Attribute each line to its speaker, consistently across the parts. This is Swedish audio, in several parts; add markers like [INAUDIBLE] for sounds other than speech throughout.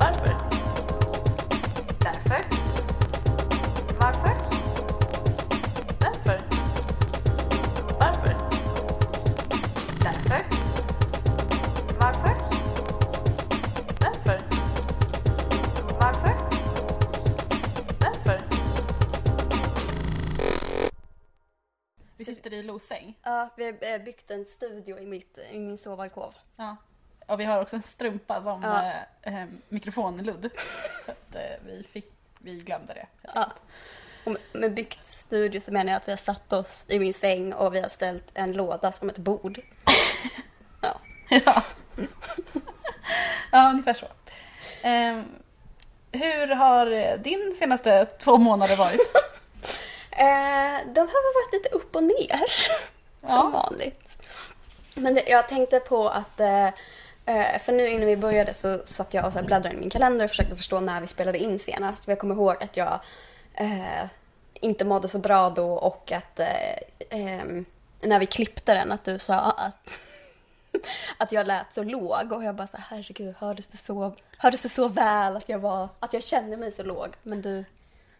Speaker 1: Varför?
Speaker 2: Därför. Varför?
Speaker 1: Därför. Varför?
Speaker 2: Därför. Varför?
Speaker 1: Därför.
Speaker 2: Varför?
Speaker 1: Därför.
Speaker 3: Vi sitter i Losäng.
Speaker 4: Ja, vi har eh, byggt en studio i, mitt, i min sovalkov.
Speaker 3: Ja. Och vi har också en strumpa som
Speaker 4: Ja.
Speaker 3: eh, eh, mikrofonludd. Så att eh, vi, fick, vi glömde det.
Speaker 4: Ja. Och med- med byggt studio så menar jag att vi har satt oss i min säng och vi har ställt en låda som ett bord.
Speaker 3: [LAUGHS] Ja, ja ungefär så. Ehm, hur har eh, din senaste två månader varit?
Speaker 4: Eh, de har väl varit lite upp och ner, som
Speaker 3: Ja.
Speaker 4: vanligt. Men det, jag tänkte på att, eh, eh, för nu innan vi började så satt jag och så här bläddrade i min kalender och försökte förstå när vi spelade in senast. För jag kommer ihåg att jag eh, inte mådde så bra då och att eh, ehm, när vi klippte den att du sa att [LAUGHS] att jag lät så låg och jag bara så här, herregud hördes det så, hördes det så väl att jag var, att jag kände mig så låg. Men du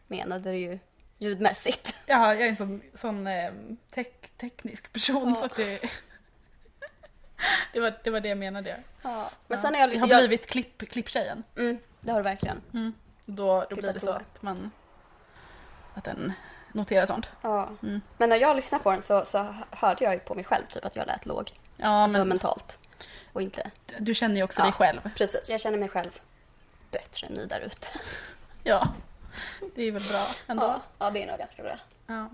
Speaker 4: menade det ju ljudmässigt.
Speaker 3: ja, jag är en sån, sån eh, tek, teknisk person
Speaker 4: Ja.
Speaker 3: så att det... det, var, det var det jag menade.
Speaker 4: Ja. Men sen är jag,
Speaker 3: jag Mm.
Speaker 4: lite-
Speaker 3: har
Speaker 4: jag
Speaker 3: blivit klipp, klipptjejen.
Speaker 4: Mm, det har du verkligen.
Speaker 3: Då, då
Speaker 4: Klippa
Speaker 3: blir det så
Speaker 4: tråd.
Speaker 3: att man... Att den noterar sånt.
Speaker 4: Ja.
Speaker 3: Mm.
Speaker 4: Men när jag lyssnade på den så, så hörde jag ju på mig själv typ att jag lät låg.
Speaker 3: Ja,
Speaker 4: alltså
Speaker 3: men
Speaker 4: mentalt. Och inte.
Speaker 3: du känner ju också
Speaker 4: Ja.
Speaker 3: dig själv.
Speaker 4: Precis, jag känner mig själv bättre än ni där ute.
Speaker 3: Ja. Det är väl bra ändå.
Speaker 4: Ja, ja, det är nog ganska bra.
Speaker 3: Ja.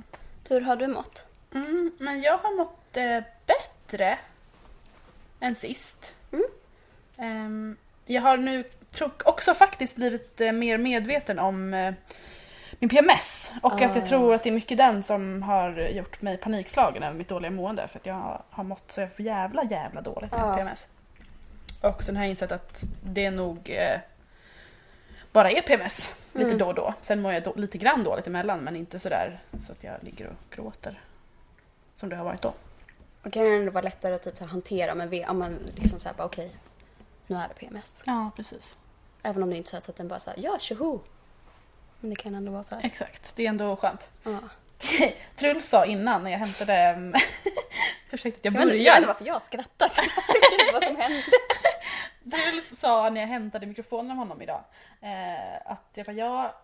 Speaker 4: Hur har du mått?
Speaker 3: Mm, men jag har mått eh, bättre än sist.
Speaker 4: Mm.
Speaker 3: Ehm, jag har nu tro- också faktiskt blivit eh, mer medveten om eh, min PMS och att
Speaker 4: Ah.
Speaker 3: jag tror att det är mycket den som har gjort mig panikslagen över mitt dåliga mående för att jag har, har mått så jävla jävla dåligt med
Speaker 4: Ah.
Speaker 3: PMS. Och sen har jag insett att det nog eh, bara E är PMS lite
Speaker 4: Mm.
Speaker 3: då och då. Sen mår jag då, lite grann dåligt emellan men inte sådär så att jag ligger och gråter. Som det har varit då.
Speaker 4: Och kan det ändå vara lättare att typ, så här, hantera men vi, om man liksom såhär bara okej, nu är det PMS.
Speaker 3: Ja precis.
Speaker 4: Även om det inte är så att den bara såhär ja tjoho. Men det kan ändå vara såhär.
Speaker 3: Exakt, det är ändå skönt.
Speaker 4: Ja.
Speaker 3: Truls sa innan när jag hämtade... [LAUGHS] ehm, Ursäkta att jag
Speaker 4: Jag, vet inte- jag vet
Speaker 3: börjar.
Speaker 4: inte varför jag skrattar [LAUGHS] för jag vet inte vad som [LAUGHS] hände.
Speaker 3: Truls [LAUGHS] sa när jag hämtade mikrofonen av honom idag eh, att jag bara ja...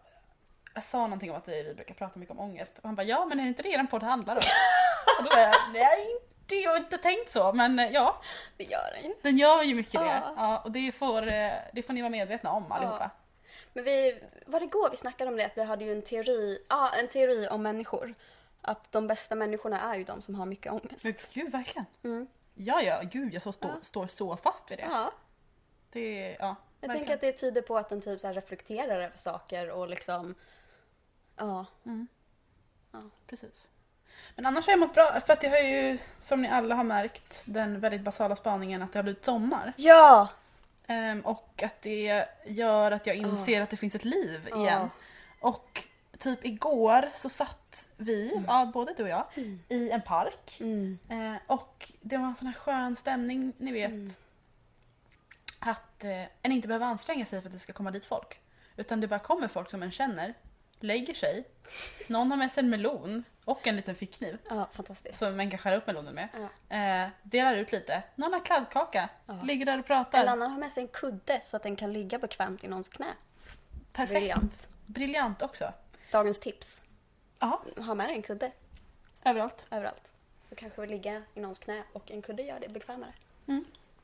Speaker 3: Jag sa någonting om att vi brukar prata mycket om ångest och han bara ja men är det inte det den podd handlar om? [LAUGHS] och då var jag nej, det har jag inte tänkt så men eh, ja.
Speaker 4: Det gör den ju.
Speaker 3: Den gör ju mycket det.
Speaker 4: Ja.
Speaker 3: Ja, och det får, eh, det får ni vara medvetna om allihopa.
Speaker 4: Men vi, var det igår vi snackade om det? Att vi hade ju en teori, ja en teori om människor. Att de bästa människorna är ju de som har mycket ångest.
Speaker 3: Men gud, verkligen.
Speaker 4: Mm.
Speaker 3: Ja, ja, gud jag så stå, står så fast vid det.
Speaker 4: Ja,
Speaker 3: Det, ja,
Speaker 4: jag
Speaker 3: verkligen.
Speaker 4: tänker att det tyder på att den typ så här reflekterar över saker och liksom, ja.
Speaker 3: Mm. Precis. Men annars har jag mått bra, för att jag har ju, som ni alla har märkt, den väldigt basala spaningen att det har blivit sommar.
Speaker 4: Ja!
Speaker 3: Ehm, och att det gör att jag inser att det finns ett liv
Speaker 4: Ja.
Speaker 3: igen. Och typ igår så satt vi, ja, både du och jag, i en park.
Speaker 4: Mm.
Speaker 3: Eh, och det var en sån här skön stämning, ni vet. Att eh, en inte behöver anstränga sig för att det ska komma dit folk. Utan det bara kommer folk som en känner, lägger sig, någon har med sig en melon och en liten fickkniv
Speaker 4: Ja, fantastiskt.
Speaker 3: som man kan skära upp melonen med. Eh, delar ut lite, någon har kladdkaka,
Speaker 4: Ja.
Speaker 3: ligger där och
Speaker 4: En
Speaker 3: pratar.
Speaker 4: annan har med sig en kudde så att den kan ligga bekvämt i någons knä.
Speaker 3: Perfekt. Briljant,
Speaker 4: Briljant.
Speaker 3: också.
Speaker 4: Dagens tips.
Speaker 3: Ja,
Speaker 4: Ha med dig en kudde
Speaker 3: överallt.
Speaker 4: överallt. Du kanske vill ligga i någons knä och en kudde gör det bekvämare.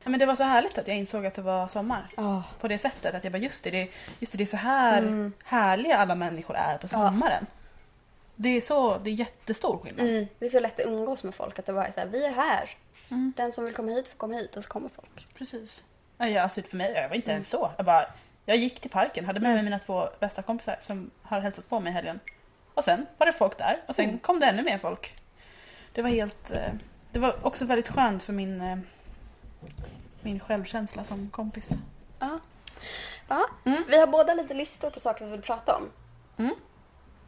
Speaker 3: Ja, men det var så härligt att jag insåg att det var sommar.
Speaker 4: Ja.
Speaker 3: på det sättet. Att jag bara just det, det, just det, det är så här härliga alla människor är på sommaren. Det är så, det är jättestor skillnad.
Speaker 4: Mm. Det är så lätt att umgås med folk att det bara är så här, vi är här.
Speaker 3: Mm.
Speaker 4: Den som vill komma hit får komma hit och så kommer folk.
Speaker 3: Precis. Ja, jag, alltså för mig, jag var inte ens så. Jag bara, jag gick till parken, hade med mig mina två bästa kompisar som har hälsat på mig i helgen. Och sen var det folk där och sen kom det ännu mer folk. Det var helt, eh, det var också väldigt skönt för min, eh, min självkänsla som kompis.
Speaker 4: Ja. Ja.
Speaker 3: Mm.
Speaker 4: Vi har båda lite listor på saker vi vill prata om.
Speaker 3: Mm.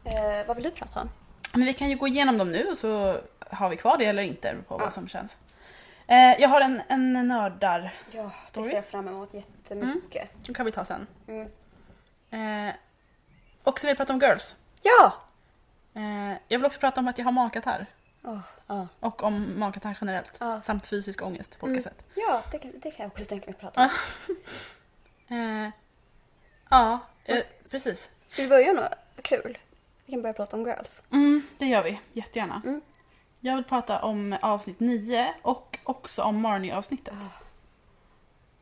Speaker 4: Eh, vad vill du prata om?
Speaker 3: Men vi kan ju gå igenom dem nu och så har vi kvar det eller inte beroende på
Speaker 4: Ja.
Speaker 3: vad som känns. Eh, Eh, jag har en, en nördar.
Speaker 4: Ja, det
Speaker 3: Story?
Speaker 4: ser jag fram emot jättemycket.
Speaker 3: Den kan vi ta sen.
Speaker 4: Mm.
Speaker 3: Eh, och så vill jag prata om girls.
Speaker 4: Ja!
Speaker 3: Eh, jag vill också prata om att jag har magkatarr.
Speaker 4: Åh, ja.
Speaker 3: Och om magkatarr generellt.
Speaker 4: Ja.
Speaker 3: Samt fysisk ångest på olika
Speaker 4: Mm.
Speaker 3: sätt.
Speaker 4: ja, det kan, det kan jag också tänka mig att prata om.
Speaker 3: Eh, ja, eh, precis.
Speaker 4: Ska vi börja med något kul? Vi kan börja prata om girls.
Speaker 3: Mm, det gör vi jättegärna.
Speaker 4: Mm.
Speaker 3: Jag vill prata om avsnitt 9 och också om Marnie-avsnittet.
Speaker 4: Ah.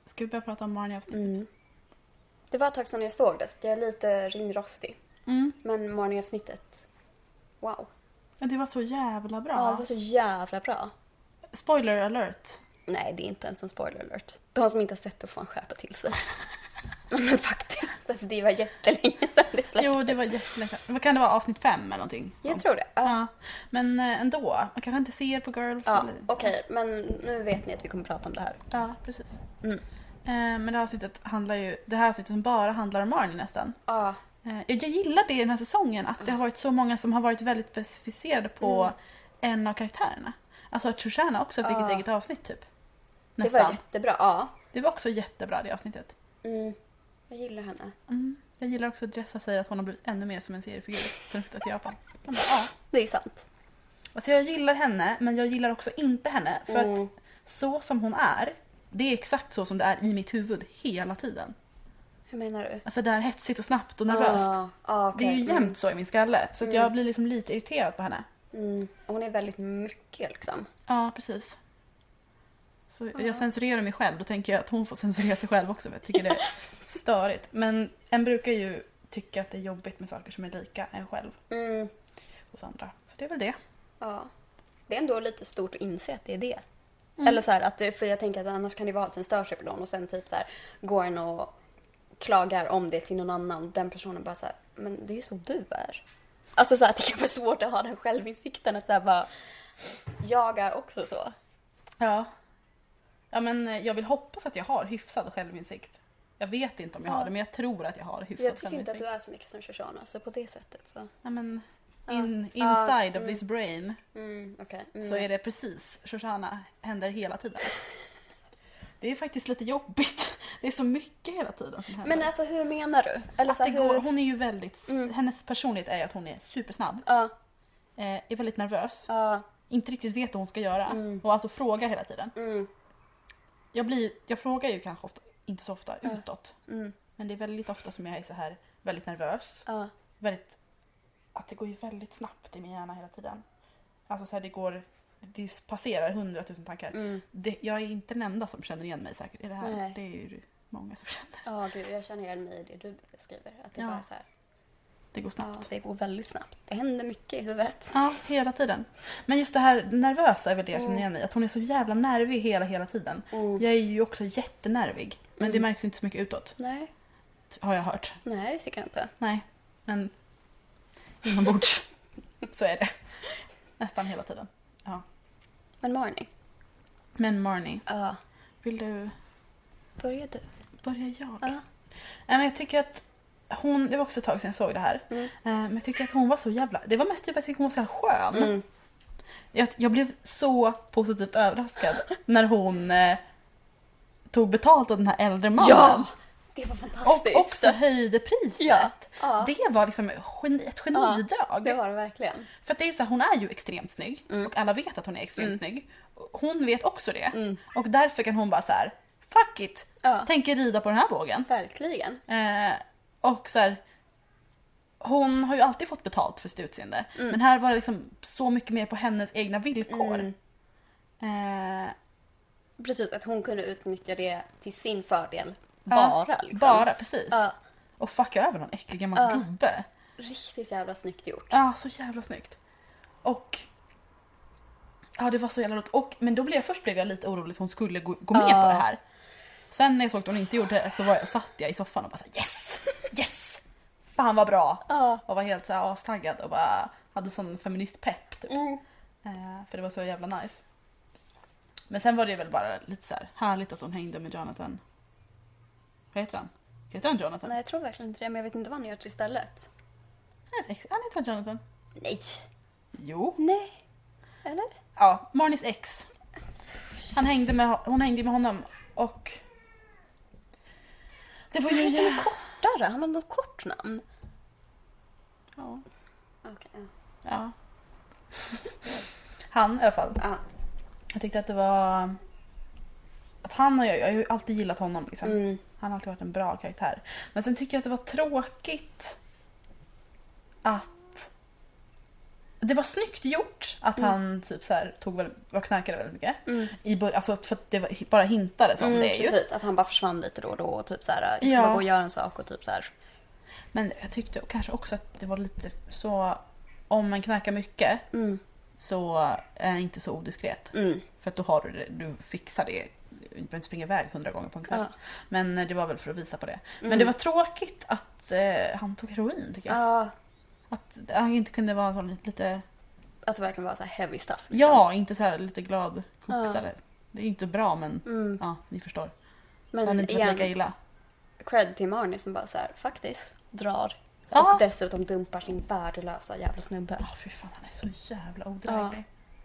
Speaker 3: Ska vi börja prata om Marnie-avsnittet?
Speaker 4: Mm. Det var ett tag sedan jag såg det, så jag är lite ringrostig.
Speaker 3: Mm.
Speaker 4: Men Marnie-avsnittet, wow.
Speaker 3: Ja, Det var så jävla bra.
Speaker 4: Ja, det var så jävla bra.
Speaker 3: Spoiler alert.
Speaker 4: Nej, det är inte ens en spoiler alert. De som inte har sett det får en skärpa till
Speaker 3: [LAUGHS]
Speaker 4: sig. Men faktiskt, alltså, det var jättelänge sedan det släpptes.
Speaker 3: Jo, det var jättelänge sedan. Vad Kan det vara avsnitt fem eller någonting?
Speaker 4: Jag
Speaker 3: sånt?
Speaker 4: tror det. Ja.
Speaker 3: Ja. Men eh, ändå, man kanske inte ser på Girls.
Speaker 4: Ja,
Speaker 3: eller-
Speaker 4: Okej, men nu vet ni att vi kommer prata om det här.
Speaker 3: Ja, precis.
Speaker 4: Mm.
Speaker 3: Eh, Men det här avsnittet handlar ju, det här avsnittet som bara handlar om Marnie nästan.
Speaker 4: Ja,
Speaker 3: Eh, Jag jag gillar det i den här säsongen, att det har varit så många som har varit väldigt specificerade på
Speaker 4: Mm.
Speaker 3: en av karaktärerna. Alltså att Shoshana också fick
Speaker 4: Ja.
Speaker 3: ett eget avsnitt typ.
Speaker 4: det
Speaker 3: Nästan. Det
Speaker 4: var
Speaker 3: var,
Speaker 4: jättebra. Ja.
Speaker 3: också jättebra det avsnittet.
Speaker 4: Mm. Jag gillar henne.
Speaker 3: Mm. Jag gillar också att Jessa säger att hon har blivit ännu mer som en seriefigur sen hon flyttade till Japan. Man bara, ah. ja.
Speaker 4: Det är ju sant.
Speaker 3: Alltså jag gillar henne, men jag gillar också inte henne. För att
Speaker 4: Mm.
Speaker 3: så som hon är, det är exakt så som det är i mitt huvud hela tiden.
Speaker 4: Hur menar du?
Speaker 3: Alltså det är hetsigt och snabbt och nervöst.
Speaker 4: Ah, ah,
Speaker 3: Det
Speaker 4: okej.
Speaker 3: är ju jämt så i min skalle, så att
Speaker 4: Mm.
Speaker 3: jag blir liksom lite irriterad på henne.
Speaker 4: Mm. Mm. Hon är väldigt mycket liksom.
Speaker 3: Ja, precis. Så
Speaker 4: Ja.
Speaker 3: jag censurerar mig själv, då tänker jag att hon får censurera sig själv också för jag tycker det
Speaker 4: [LAUGHS]
Speaker 3: är störigt. Men en brukar ju tycka att det är jobbigt med saker som är lika en själv
Speaker 4: Mm.
Speaker 3: hos andra. Så det är väl det.
Speaker 4: Ja. Det är ändå lite stort att inse att det är det. Eller så här, att, för jag tänker att annars kan det vara att en stör sig på någon och sen typ så här, går en och klagar om det till någon annan. Den personen bara så här, men det är ju så du är. Alltså så här, att det kan vara svårt att ha den självinsikten att så här, bara, jag är också så.
Speaker 3: Ja. Ja men eh, jag vill hoppas att jag har hyfsad självinsikt. Jag vet inte om jag
Speaker 4: Ja.
Speaker 3: har det men jag tror att jag har hyfsad
Speaker 4: Jag tycker inte
Speaker 3: självinsikt.
Speaker 4: att du är så mycket som Shoshana, så på det sättet så.
Speaker 3: Nej men
Speaker 4: Ja.
Speaker 3: in,
Speaker 4: Ja,
Speaker 3: inside
Speaker 4: mm.
Speaker 3: of this brain
Speaker 4: Mm, okej. Mm.
Speaker 3: så är det precis Shoshana händer hela tiden. Det är faktiskt lite jobbigt. Det är så mycket hela tiden som händer.
Speaker 4: Men alltså hur menar du? Eller
Speaker 3: att
Speaker 4: så här,
Speaker 3: det går,
Speaker 4: hur...
Speaker 3: hon är ju väldigt,
Speaker 4: Mm.
Speaker 3: hennes personlighet är ju att hon är supersnabb,
Speaker 4: Ja,
Speaker 3: eh, är väldigt nervös,
Speaker 4: ja,
Speaker 3: inte riktigt vet vad hon ska göra
Speaker 4: Mm.
Speaker 3: och alltså frågar hela tiden.
Speaker 4: mm,
Speaker 3: Jag, blir, jag frågar ju kanske ofta, inte så ofta
Speaker 4: Ja.
Speaker 3: utåt
Speaker 4: mm,
Speaker 3: Men det är väldigt ofta som jag är så här väldigt nervös.
Speaker 4: ja.
Speaker 3: Väldigt, att det går ju väldigt snabbt i min hjärna hela tiden. Alltså så här, det går, det passerar hundratusen tankar.
Speaker 4: Mm.
Speaker 3: Det, jag är inte den enda som känner igen mig säkert i det här.
Speaker 4: Nej.
Speaker 3: Det är ju många som känner.
Speaker 4: Ja, gud, jag känner igen mig i det du beskriver. Att det
Speaker 3: Ja.
Speaker 4: bara är så här,
Speaker 3: Det går
Speaker 4: ja,
Speaker 3: snabbt.
Speaker 4: det går väldigt snabbt. Det händer mycket i huvudet.
Speaker 3: Ja, hela tiden. Men just det här nervösa är väl det jag känner
Speaker 4: Mm.
Speaker 3: igen mig i. Att hon är så jävla nervig hela, hela tiden.
Speaker 4: Mm.
Speaker 3: Jag är ju också jättenervig. Men det
Speaker 4: Mm.
Speaker 3: märks inte så mycket utåt,
Speaker 4: Nej,
Speaker 3: har jag hört.
Speaker 4: nej det tycker jag inte.
Speaker 3: Nej, men inombords
Speaker 4: [LAUGHS]
Speaker 3: så är det. Nästan hela tiden.
Speaker 4: Men Marnie,
Speaker 3: Men Marnie,
Speaker 4: ja.
Speaker 3: Vill du
Speaker 4: börjar du?
Speaker 3: börja jag?
Speaker 4: Ja.
Speaker 3: Nej, men jag tycker att hon, det var också ett tag sedan jag såg det här.
Speaker 4: Mm.
Speaker 3: Eh, Men jag tycker att hon var så jävla, det var mest typ att jag tyckte hon var så jävla skön.
Speaker 4: Mm.
Speaker 3: Jag, jag blev så positivt överraskad när hon eh, tog betalt av den här äldre mannen.
Speaker 4: Ja! Det var fantastiskt.
Speaker 3: Och också höjde priset.
Speaker 4: Ja. Ja. Det,
Speaker 3: Det var liksom geni, ett genidrag.
Speaker 4: var det verkligen.
Speaker 3: För att det är så här, hon är ju extremt snygg
Speaker 4: Mm.
Speaker 3: och alla vet att hon är extremt
Speaker 4: Mm.
Speaker 3: snygg. Hon vet också det.
Speaker 4: Mm.
Speaker 3: Och därför kan hon bara så här, fuck it,
Speaker 4: Ja,
Speaker 3: tänker rida på den här vågen.
Speaker 4: verkligen.
Speaker 3: Eh, och så här, hon har ju alltid fått betalt för sitt utseende. Men här var det liksom så mycket mer på hennes egna villkor.
Speaker 4: Mm.
Speaker 3: Eh,
Speaker 4: Precis, att hon kunde utnyttja det till sin fördel.
Speaker 3: Ja,
Speaker 4: Bara liksom.
Speaker 3: Bara, precis.
Speaker 4: Ja,
Speaker 3: Och fucka över någon äcklig gammal
Speaker 4: Ja.
Speaker 3: gubbe.
Speaker 4: riktigt jävla snyggt gjort.
Speaker 3: Ja, så jävla snyggt. Och... Ja, det var så jävla roligt. Och, men då blev jag, först blev jag lite orolig att hon skulle gå, gå med
Speaker 4: Ja.
Speaker 3: på det här. Sen när jag såg att hon inte gjorde det så var jag, satt jag i soffan och bara så här, yes! Yes! Fan vad bra!
Speaker 4: Ja.
Speaker 3: Och var helt så här astaggad och bara hade sån feministpepp typ.
Speaker 4: Mm.
Speaker 3: Eh, för det var så jävla nice. Men sen var det väl bara lite så här härligt att hon hängde med Jonathan. Vad heter han? Heter han Jonathan?
Speaker 4: Nej, jag tror verkligen inte det, men jag vet inte vad han gör till istället.
Speaker 3: Hennes ex. Han heter väl Jonathan?
Speaker 4: Nej.
Speaker 3: Jo.
Speaker 4: Nej. Eller?
Speaker 3: Ja, Marnies ex. Han hängde med, hon hängde med honom och... Det var
Speaker 4: Han
Speaker 3: ju...
Speaker 4: heter
Speaker 3: jä-
Speaker 4: något kortare, han har något kort namn.
Speaker 3: Ja.
Speaker 4: Okej.
Speaker 3: ja. Han i alla fall.
Speaker 4: Ja.
Speaker 3: Jag tyckte att det var... Att han och jag, jag har ju alltid gillat honom liksom.
Speaker 4: Mm.
Speaker 3: Han har alltid varit en bra karaktär. Men sen tycker jag att det var tråkigt att... Det var snyggt gjort att
Speaker 4: Mm.
Speaker 3: han typ så här, tog väl, var knarkade väldigt mycket.
Speaker 4: Mm.
Speaker 3: I bör- alltså för att det var, bara hintades om
Speaker 4: Mm,
Speaker 3: det ju.
Speaker 4: precis, att han bara försvann lite då och då och typ så här, jag ska
Speaker 3: Ja.
Speaker 4: bara gå och göra en sak och typ så här.
Speaker 3: Men jag tyckte kanske också att det var lite så... Om man knarkar mycket
Speaker 4: Mm,
Speaker 3: så är det inte såodiskret.
Speaker 4: mm,
Speaker 3: För att då har du det, du fixar det. Du behöver inte springa iväg hundra gånger på en kväll.
Speaker 4: ja.
Speaker 3: Men det var väl för att visa på det. Men
Speaker 4: Mm.
Speaker 3: det var tråkigt att eh, han tog heroin tycker jag.
Speaker 4: ja.
Speaker 3: Att han inte kunde vara en sån lite,
Speaker 4: Att det verkligen var så här heavy stuff. liksom.
Speaker 3: ja inte så här lite glad koksare. Det är ju inte bra men
Speaker 4: Mm.
Speaker 3: ja, ni förstår.
Speaker 4: Men,
Speaker 3: han hade inte varit lika
Speaker 4: igen,
Speaker 3: illa.
Speaker 4: cred till Marnie som bara så här, faktiskt drar.
Speaker 3: Ja.
Speaker 4: Och dessutom dumpar sin värdelösa jävla snubbe.
Speaker 3: Ja fy fan han är så jävla odräglig.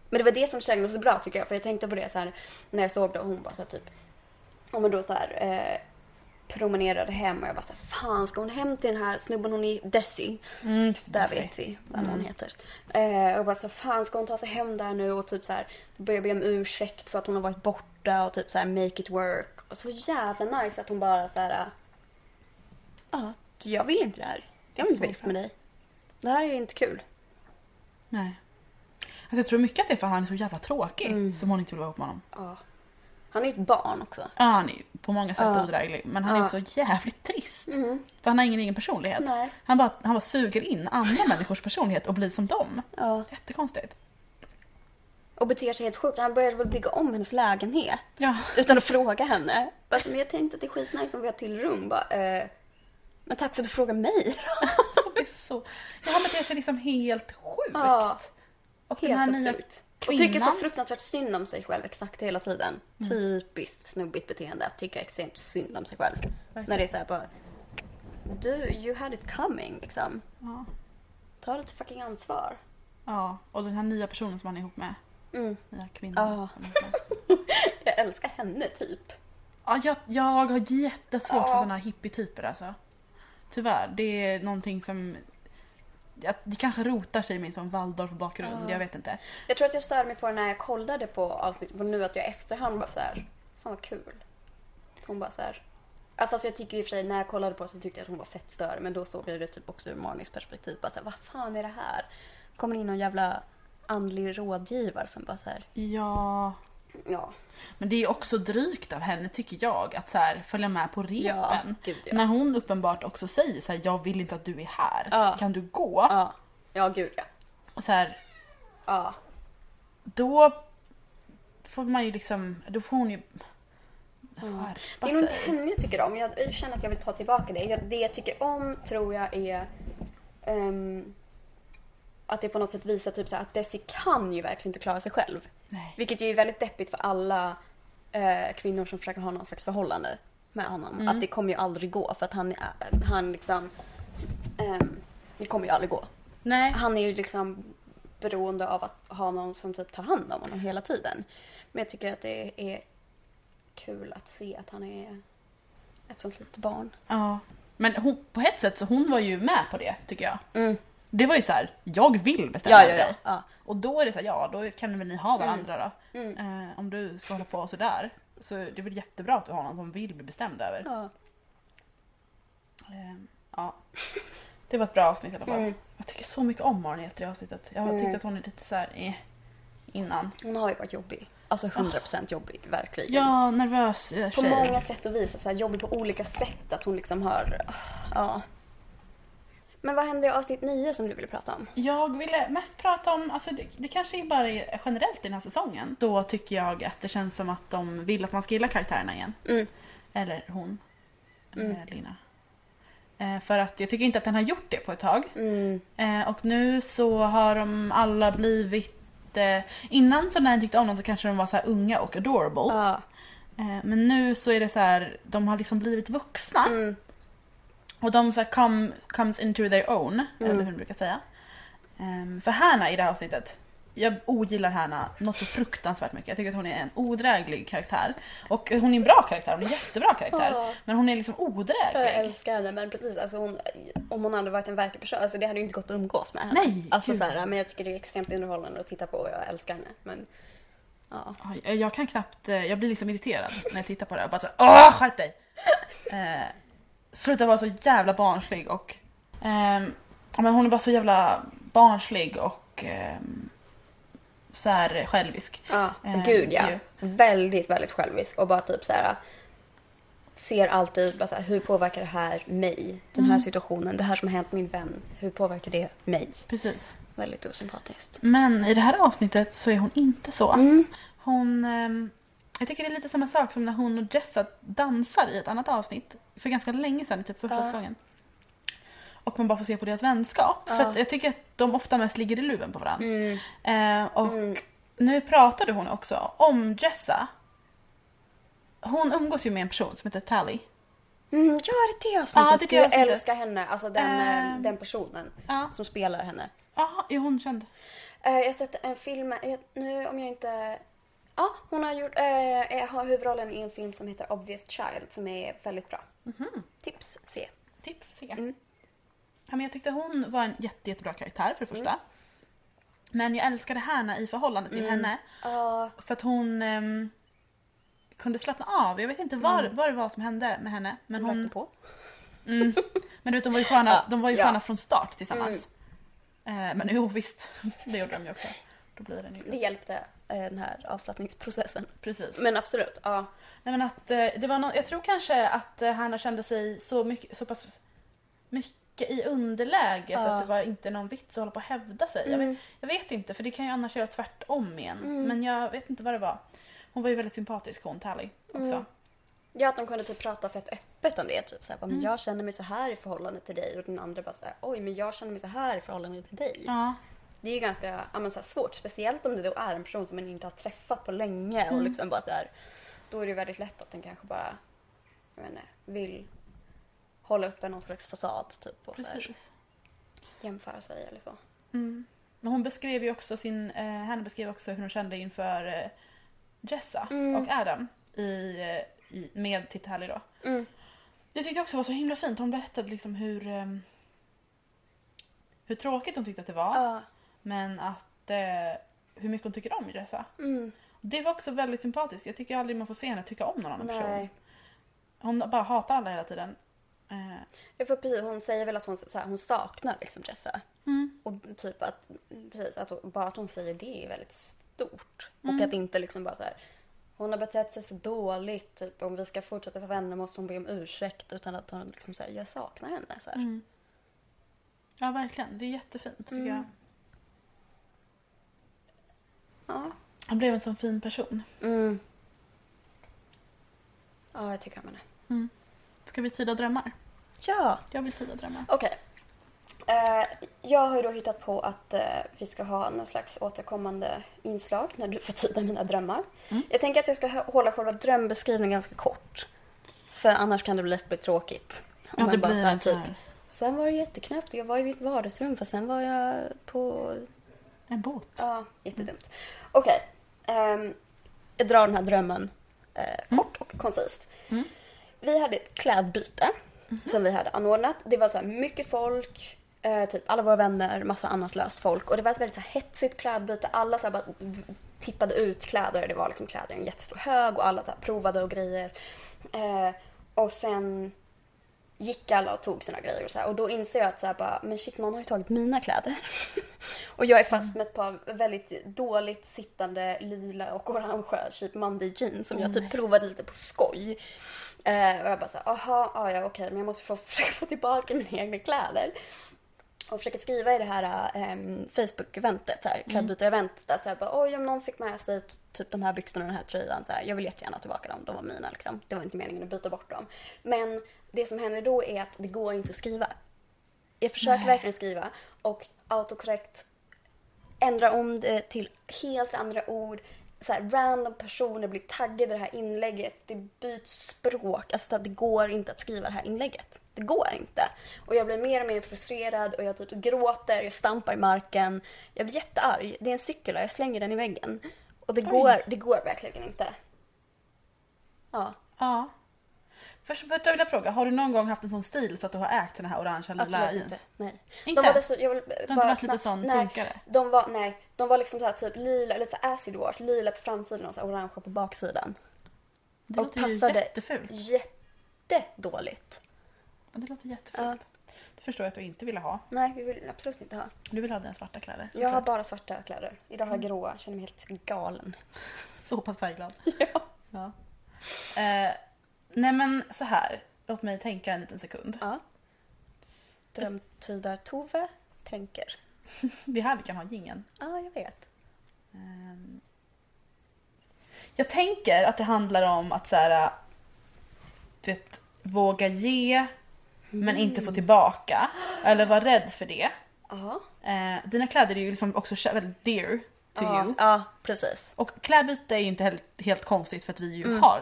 Speaker 4: Men det var det som kändes så bra tycker jag. För jag tänkte på det så här när jag såg det och hon bara så här, typ. Om hon då så här eh, promenerade hem och jag bara så här, fan ska hon hem till den här snubben hon är Desi? Mm.
Speaker 3: Mm,
Speaker 4: Där
Speaker 3: precis.
Speaker 4: vet vi vad hon heter. Eh, och bara så fan ska hon ta sig hem där nu och typ så här börja be om ursäkt för att hon har varit borta och typ så här make it work. Och så jävla nice att hon bara så här ja, jag vill inte det här. Jag vill inte
Speaker 3: Så
Speaker 4: vara gift
Speaker 3: bra.
Speaker 4: med dig. Det här är inte kul.
Speaker 3: Nej. Alltså, jag tror mycket att det är för att han är så jävla tråkig
Speaker 4: Mm.
Speaker 3: som hon inte vill vara ihop med honom.
Speaker 4: Ja. Han är ju ett barn också.
Speaker 3: Ja, han är ju på många sätt
Speaker 4: Ja.
Speaker 3: odräglig men han är
Speaker 4: Ja.
Speaker 3: också jävligt trist.
Speaker 4: Mm.
Speaker 3: För han har ingen egen personlighet.
Speaker 4: Nej.
Speaker 3: Han bara, han bara suger in andra människors personlighet och blir som dem.
Speaker 4: Ja.
Speaker 3: Jättekonstigt.
Speaker 4: Och beter sig helt sjukt. Han började väl bygga om hennes lägenhet.
Speaker 3: Ja.
Speaker 4: Utan att fråga henne. Bara, så, men jag tänkte att det är skitnice om vi har ett till rum. Bara, eh, men tack för att du frågar mig.
Speaker 3: Alltså, det är [LAUGHS] så... Ja, han beter sig liksom helt sjukt.
Speaker 4: Ja.
Speaker 3: Och den här
Speaker 4: Helt
Speaker 3: nya
Speaker 4: absurt. Och
Speaker 3: kvinnan. Mm.
Speaker 4: tycker så fruktansvärt synd om sig själv exakt hela tiden. Typiskt snubbigt beteende att tycka extremt synd om sig själv. När det är såhär bara... Du, you had it coming liksom.
Speaker 3: ja.
Speaker 4: Ta lite fucking ansvar.
Speaker 3: ja, och den här nya personen som han är ihop med.
Speaker 4: Mm.
Speaker 3: Nya kvinnan. Ja.
Speaker 4: [LAUGHS] Jag älskar henne typ.
Speaker 3: jag, jag har jättesvårt för
Speaker 4: Ja.
Speaker 3: sådana här hippietyper alltså. Tyvärr, det är någonting som... att Det kanske rotar sig i min sån Waldorf-bakgrund,
Speaker 4: Ja.
Speaker 3: jag vet inte.
Speaker 4: Jag tror att jag störde mig på det när jag kollade på avsnittet och nu att jag i efterhand bara så här, fan vad kul. Hon bara så här. Ja, fast jag tycker i och för sig när jag kollade på det så tyckte jag att hon var fett störd men då såg jag det typ också ur Marnies perspektiv. Bara så här, vad fan är det här? Kommer in någon jävla andlig rådgivare som bara så här,
Speaker 3: Ja,
Speaker 4: ja,
Speaker 3: men det är också drygt av henne tycker jag att så här, följa med på
Speaker 4: ja,
Speaker 3: repen.
Speaker 4: gud ja.
Speaker 3: När hon uppenbart också säger så här, jag vill inte att du är här,
Speaker 4: Ja.
Speaker 3: kan du gå?
Speaker 4: Ja, ja gud ja.
Speaker 3: Och så här,
Speaker 4: Ja,
Speaker 3: då får man ju liksom, då får hon ju
Speaker 4: Mm.
Speaker 3: skärpa
Speaker 4: Det är nog inte
Speaker 3: sig.
Speaker 4: henne jag tycker om. Jag jag känner att jag vill ta tillbaka det. Jag, det jag tycker om tror jag är ehm, att det på något sätt visar typ så här, att Desi kan ju verkligen inte klara sig själv.
Speaker 3: Nej.
Speaker 4: Vilket ju är väldigt deppigt för alla eh, kvinnor som försöker ha någon slags förhållande med honom.
Speaker 3: Mm.
Speaker 4: Att det kommer ju aldrig gå för att han, är- han liksom... ehm, det kommer ju aldrig gå.
Speaker 3: Nej.
Speaker 4: Han är ju liksom beroende av att ha någon som typ tar hand om honom hela tiden. Men jag tycker att det är kul att se att han är ett sånt litet barn.
Speaker 3: Ja. Men hon, på ett sätt så hon var ju med på det tycker jag.
Speaker 4: Mm.
Speaker 3: Det var ju så här, jag vill bestämma
Speaker 4: Ja, ja,
Speaker 3: över
Speaker 4: ja.
Speaker 3: dig.
Speaker 4: ja.
Speaker 3: Och då är det så här, ja då kan väl ni ha varandra då.
Speaker 4: Mm.
Speaker 3: Eh, om du ska hålla på sådär. Så det är väl jättebra att du har någon som vill bli bestämd över.
Speaker 4: ja.
Speaker 3: Eh, ja. Det var ett bra avsnitt i alla fall.
Speaker 4: Mm.
Speaker 3: Jag tycker så mycket om Arne efter det avsnittet. Jag har
Speaker 4: Mm.
Speaker 3: tyckt att hon är lite så här eh, innan.
Speaker 4: Hon har ju varit jobbig. Alltså 100% jobbig, verkligen.
Speaker 3: Ja, nervös eh,
Speaker 4: På
Speaker 3: tjej.
Speaker 4: många sätt och vis. Så här, jobbig på olika sätt. Att hon liksom har... Ja. Men vad hände i avsnitt 9 som du ville prata om?
Speaker 3: Jag ville mest prata om, alltså det, det kanske är bara är generellt i den här säsongen. Då tycker jag att det känns som att de vill att man ska gilla karaktärerna igen.
Speaker 4: Mm.
Speaker 3: Eller hon.
Speaker 4: Mm.
Speaker 3: Eh, Lina. Eh, för att jag tycker inte att den har gjort det på ett tag.
Speaker 4: Mm.
Speaker 3: Eh, och nu så har de alla blivit eh, Innan så när jag tyckte om dem så kanske de var så här unga och adorable.
Speaker 4: Ja.
Speaker 3: Eh, men nu så är det så här, de har liksom blivit vuxna.
Speaker 4: Mm.
Speaker 3: Och de så här
Speaker 4: Mm.
Speaker 3: come, comes into their own, eller hur man brukar säga. Ehm, för Hanna i det här avsnittet jag ogillar Hanna något så fruktansvärt mycket. Jag tycker att hon är en odräglig karaktär. Och hon är en bra karaktär, hon är en jättebra karaktär.
Speaker 4: Ja.
Speaker 3: Men hon är liksom
Speaker 4: Jag
Speaker 3: odräglig.
Speaker 4: älskar henne men precis alltså hon, om hon hade varit en verklig person, alltså det hade ju inte gått att umgås med henne.
Speaker 3: Nej,
Speaker 4: alltså,
Speaker 3: gud.
Speaker 4: så här, men jag tycker det är extremt underhållande att titta på och jag älskar henne. Men, ja.
Speaker 3: Oj, Jag kan knappt, eh, jag blir liksom irriterad när jag tittar på det och bara såhär åh skärp dig! Eh, sluta vara så jävla barnslig och ehm, ja, men hon är bara så jävla barnslig och ehm, så här självisk.
Speaker 4: Ja,
Speaker 3: Eh,
Speaker 4: Ah, gud ja.
Speaker 3: ju.
Speaker 4: Väldigt, väldigt självisk och bara typ så här ser alltid bara så här, hur påverkar det här mig? Den
Speaker 3: Mm.
Speaker 4: här situationen, det här som har hänt min vän, hur påverkar det mig?
Speaker 3: Precis.
Speaker 4: Väldigt osympatiskt.
Speaker 3: Men i det här avsnittet så är hon inte så.
Speaker 4: Mm.
Speaker 3: Hon, ehm, jag tycker det är lite samma sak som när hon och Jessa dansar i ett annat avsnitt för ganska länge sedan, typ första
Speaker 4: Ja.
Speaker 3: säsongen. Och man bara får se på deras vänskap. För
Speaker 4: Ja.
Speaker 3: att jag tycker att de ofta mest ligger i luven på varandra.
Speaker 4: Mm.
Speaker 3: Eh, och
Speaker 4: Mm.
Speaker 3: nu pratade hon också om Jessa. Hon umgås ju med en person som heter Tally.
Speaker 4: Mm, ja, det är det avsnittet.
Speaker 3: Ja, det är det
Speaker 4: jag
Speaker 3: avsnittet.
Speaker 4: älskar henne, alltså den, eh,
Speaker 3: Ehm.
Speaker 4: den personen
Speaker 3: Ja.
Speaker 4: som spelar henne.
Speaker 3: Ja, är hon känd?
Speaker 4: Eh, jag har sett en film, jag, nu om jag inte... Ja, hon har, gjort, eh, eh, har huvudrollen i en film som heter Obvious Child som är väldigt bra. Tips, se.
Speaker 3: Tips se.
Speaker 4: Mm.
Speaker 3: Ja, men jag tyckte hon var en jätte, jättebra karaktär för det första.
Speaker 4: Mm.
Speaker 3: Men jag älskade Hanna i förhållande till henne.
Speaker 4: Ja,
Speaker 3: För att hon ehm, kunde slappna av. Jag vet inte vad, vad det var som hände med henne. Men,
Speaker 4: Mm. hon
Speaker 3: hon,
Speaker 4: märkte på.
Speaker 3: mm, men du vet, de var ju sköna,
Speaker 4: Ja,
Speaker 3: de var ju
Speaker 4: ja. Mm.
Speaker 3: sköna från start tillsammans. Eh, men jo, visst. [LAUGHS] Det gjorde de ju också. Då blir den
Speaker 4: Det
Speaker 3: ju...
Speaker 4: hjälpte eh, den här avslappningsprocessen. [LAUGHS]
Speaker 3: Precis.
Speaker 4: Men absolut, ja.
Speaker 3: Nej men att eh, det var någon, jag tror kanske att eh, Hanna kände sig så, mycket, så pass mycket i underläge så
Speaker 4: Ja. Mm.
Speaker 3: att det var inte någon vits att hålla på och hävda sig. Jag, vet, jag vet inte för det kan ju annars göra tvärtom igen. Men jag vet inte vad det var. Hon var ju väldigt sympatisk hon Tally
Speaker 4: Mm.
Speaker 3: också.
Speaker 4: Ja, att de kunde typ prata fett öppet om det. Typ såhär, bara, men jag känner mig så här i förhållande till dig. Och den andra bara såhär, oj men jag känner mig så här i förhållande till dig.
Speaker 3: Ja.
Speaker 4: Det är ju ganska ja, men så här svårt. Speciellt om det då är en person som man inte har träffat på länge. Och liksom bara så här, då är det väldigt lätt att den kanske bara jag vet inte, vill hålla uppe någon slags fasad typ, och så här,
Speaker 3: Precis.
Speaker 4: jämföra sig eller så.
Speaker 3: Mm. Men hon beskrev ju också sin, eh, Hanna beskrev också hur hon kände inför eh, Jessa
Speaker 4: Mm.
Speaker 3: och Adam i, eh, i, med till Tally då.
Speaker 4: Mm.
Speaker 3: Det tyckte jag också var så himla fint. Hon berättade liksom hur, ehm, hur tråkigt hon tyckte att det var.
Speaker 4: Ja.
Speaker 3: Men att eh, hur mycket hon tycker om Jessa.
Speaker 4: Mm.
Speaker 3: Det var också väldigt sympatiskt. Jag tycker aldrig man får se henne tycka om någon annan person.
Speaker 4: Nej.
Speaker 3: Hon bara hatar alla hela tiden. Eh,
Speaker 4: Jag får, precis, hon säger väl att hon, så här, hon saknar liksom Jessa.
Speaker 3: mm,
Speaker 4: Och typ att, precis, att hon, bara att hon säger det är väldigt stort.
Speaker 3: Mm.
Speaker 4: Och att inte liksom bara så här, hon har betett sig så dåligt, typ om vi ska fortsätta vara vänner måste hon be om ursäkt. Utan att hon liksom säger jag saknar henne. Så här.
Speaker 3: mm. Ja, verkligen. Det är jättefint tycker
Speaker 4: Mm.
Speaker 3: jag.
Speaker 4: Ja.
Speaker 3: Han blev en sån fin person.
Speaker 4: Mm. Ja, jag tycker om henne.
Speaker 3: Mm. Ska vi tyda drömmar?
Speaker 4: Ja,
Speaker 3: Jag vill tyda drömmar.
Speaker 4: okej. Eh, jag har ju då hittat på att eh, vi ska ha någon slags återkommande inslag när du [LAUGHS] får tyda mina drömmar.
Speaker 3: Mm.
Speaker 4: Jag tänker att jag ska hå- hålla själva drömbeskrivningen ganska kort. För annars kan det bli lätt bli tråkigt. Om
Speaker 3: Ja, det
Speaker 4: jag bara
Speaker 3: blir
Speaker 4: så här typ,
Speaker 3: en sån här... typ.
Speaker 4: Sen var det jätteknäppt. Jag var i mitt vardagsrum för sen var jag på...
Speaker 3: En båt.
Speaker 4: Ja, jättedumt. Okej. ehm, jag drar den här drömmen eh, kort och koncist.
Speaker 3: Mm. Mhm.
Speaker 4: Vi hade ett klädbyte som vi hade anordnat. Det var så här mycket folk, eh, typ alla våra vänner, massa annat löst folk. Och det var ett väldigt så här hetsigt klädbyte. Alla så här bara tippade ut kläder. Det var liksom kläder i en jättestor hög och alla så här provade och grejer. Eh, och sen gick alla och tog sina grejer och så här. Och då inser jag att så här bara, men shit någon har ju tagit mina kläder. [LAUGHS] och jag är fast med ett par väldigt dåligt sittande lila och orangea cheap Monday jeans som jag typ provade lite på skoj. Eh, och jag bara så här, aha, ja, ja okej men jag måste få, [LAUGHS] försöka få tillbaka mina egna kläder. Och försöker skriva i det här ehm, Facebook-eventet, så här, klädbyte-eventet, att så här, bara, oj om någon fick med sig t- typ de här byxorna och den här tröjan, så här, jag vill jättegärna ha tillbaka dem, de var mina liksom. Det var inte meningen att byta bort dem. Men det som händer då är att det går inte att skriva. Jag försöker verkligen skriva och autokorrekt ändra om det till helt andra ord, så här, random personer blir taggade i det här inlägget. Det byts språk. Alltså att det går inte att skriva det här inlägget. Det går inte. Och jag blir mer och mer frustrerad och jag typ gråter, jag stampar i marken. Jag blir jättearg. Det är en cykel och jag slänger den i väggen. Och det, går, det går verkligen inte. Ja.
Speaker 3: Ja. Först, först vill jag fråga, har du någon gång haft en sån stil så att du har ägt den här orangea lilla
Speaker 4: Absolut
Speaker 3: jeans?
Speaker 4: inte. Nej.
Speaker 3: Inte?
Speaker 4: De var dessutom, jag vill
Speaker 3: inte
Speaker 4: bara
Speaker 3: varit lite
Speaker 4: snabbt-
Speaker 3: sån
Speaker 4: nej,
Speaker 3: punkare?
Speaker 4: De var, nej, de var liksom så här typ lila, lite så här acid wash, lila på framsidan och så här orangea på baksidan.
Speaker 3: Det
Speaker 4: och
Speaker 3: låter
Speaker 4: passade-
Speaker 3: ju jättefult.
Speaker 4: Jättedåligt.
Speaker 3: Ja, Det låter jättefult.
Speaker 4: Ja.
Speaker 3: Det förstår jag att du inte ville ha.
Speaker 4: nej, vi vill absolut inte ha.
Speaker 3: Du vill ha dina svarta kläder.
Speaker 4: Jag har
Speaker 3: såklart.
Speaker 4: bara svarta kläder. Idag har jag gråa, känner mig helt galen.
Speaker 3: Så
Speaker 4: [LAUGHS]
Speaker 3: pass färgglad. Ja. Eh, nej men så här. Låt mig tänka en liten sekund.
Speaker 4: Ja. Drömtydar-Tove tänker.
Speaker 3: Det är här vi kan ha gingen.
Speaker 4: Ja, ah, jag vet.
Speaker 3: Ehm. Jag tänker att det handlar om att så här, du vet, våga ge men inte
Speaker 4: Mm.
Speaker 3: få tillbaka. Eller vara rädd för det.
Speaker 4: Ja.
Speaker 3: Eh, dina kläder är ju liksom också kä- väldigt dear to you.
Speaker 4: Ja, precis.
Speaker 3: Och klädbyte är ju inte helt, helt konstigt för att vi ju
Speaker 4: Mm.
Speaker 3: har,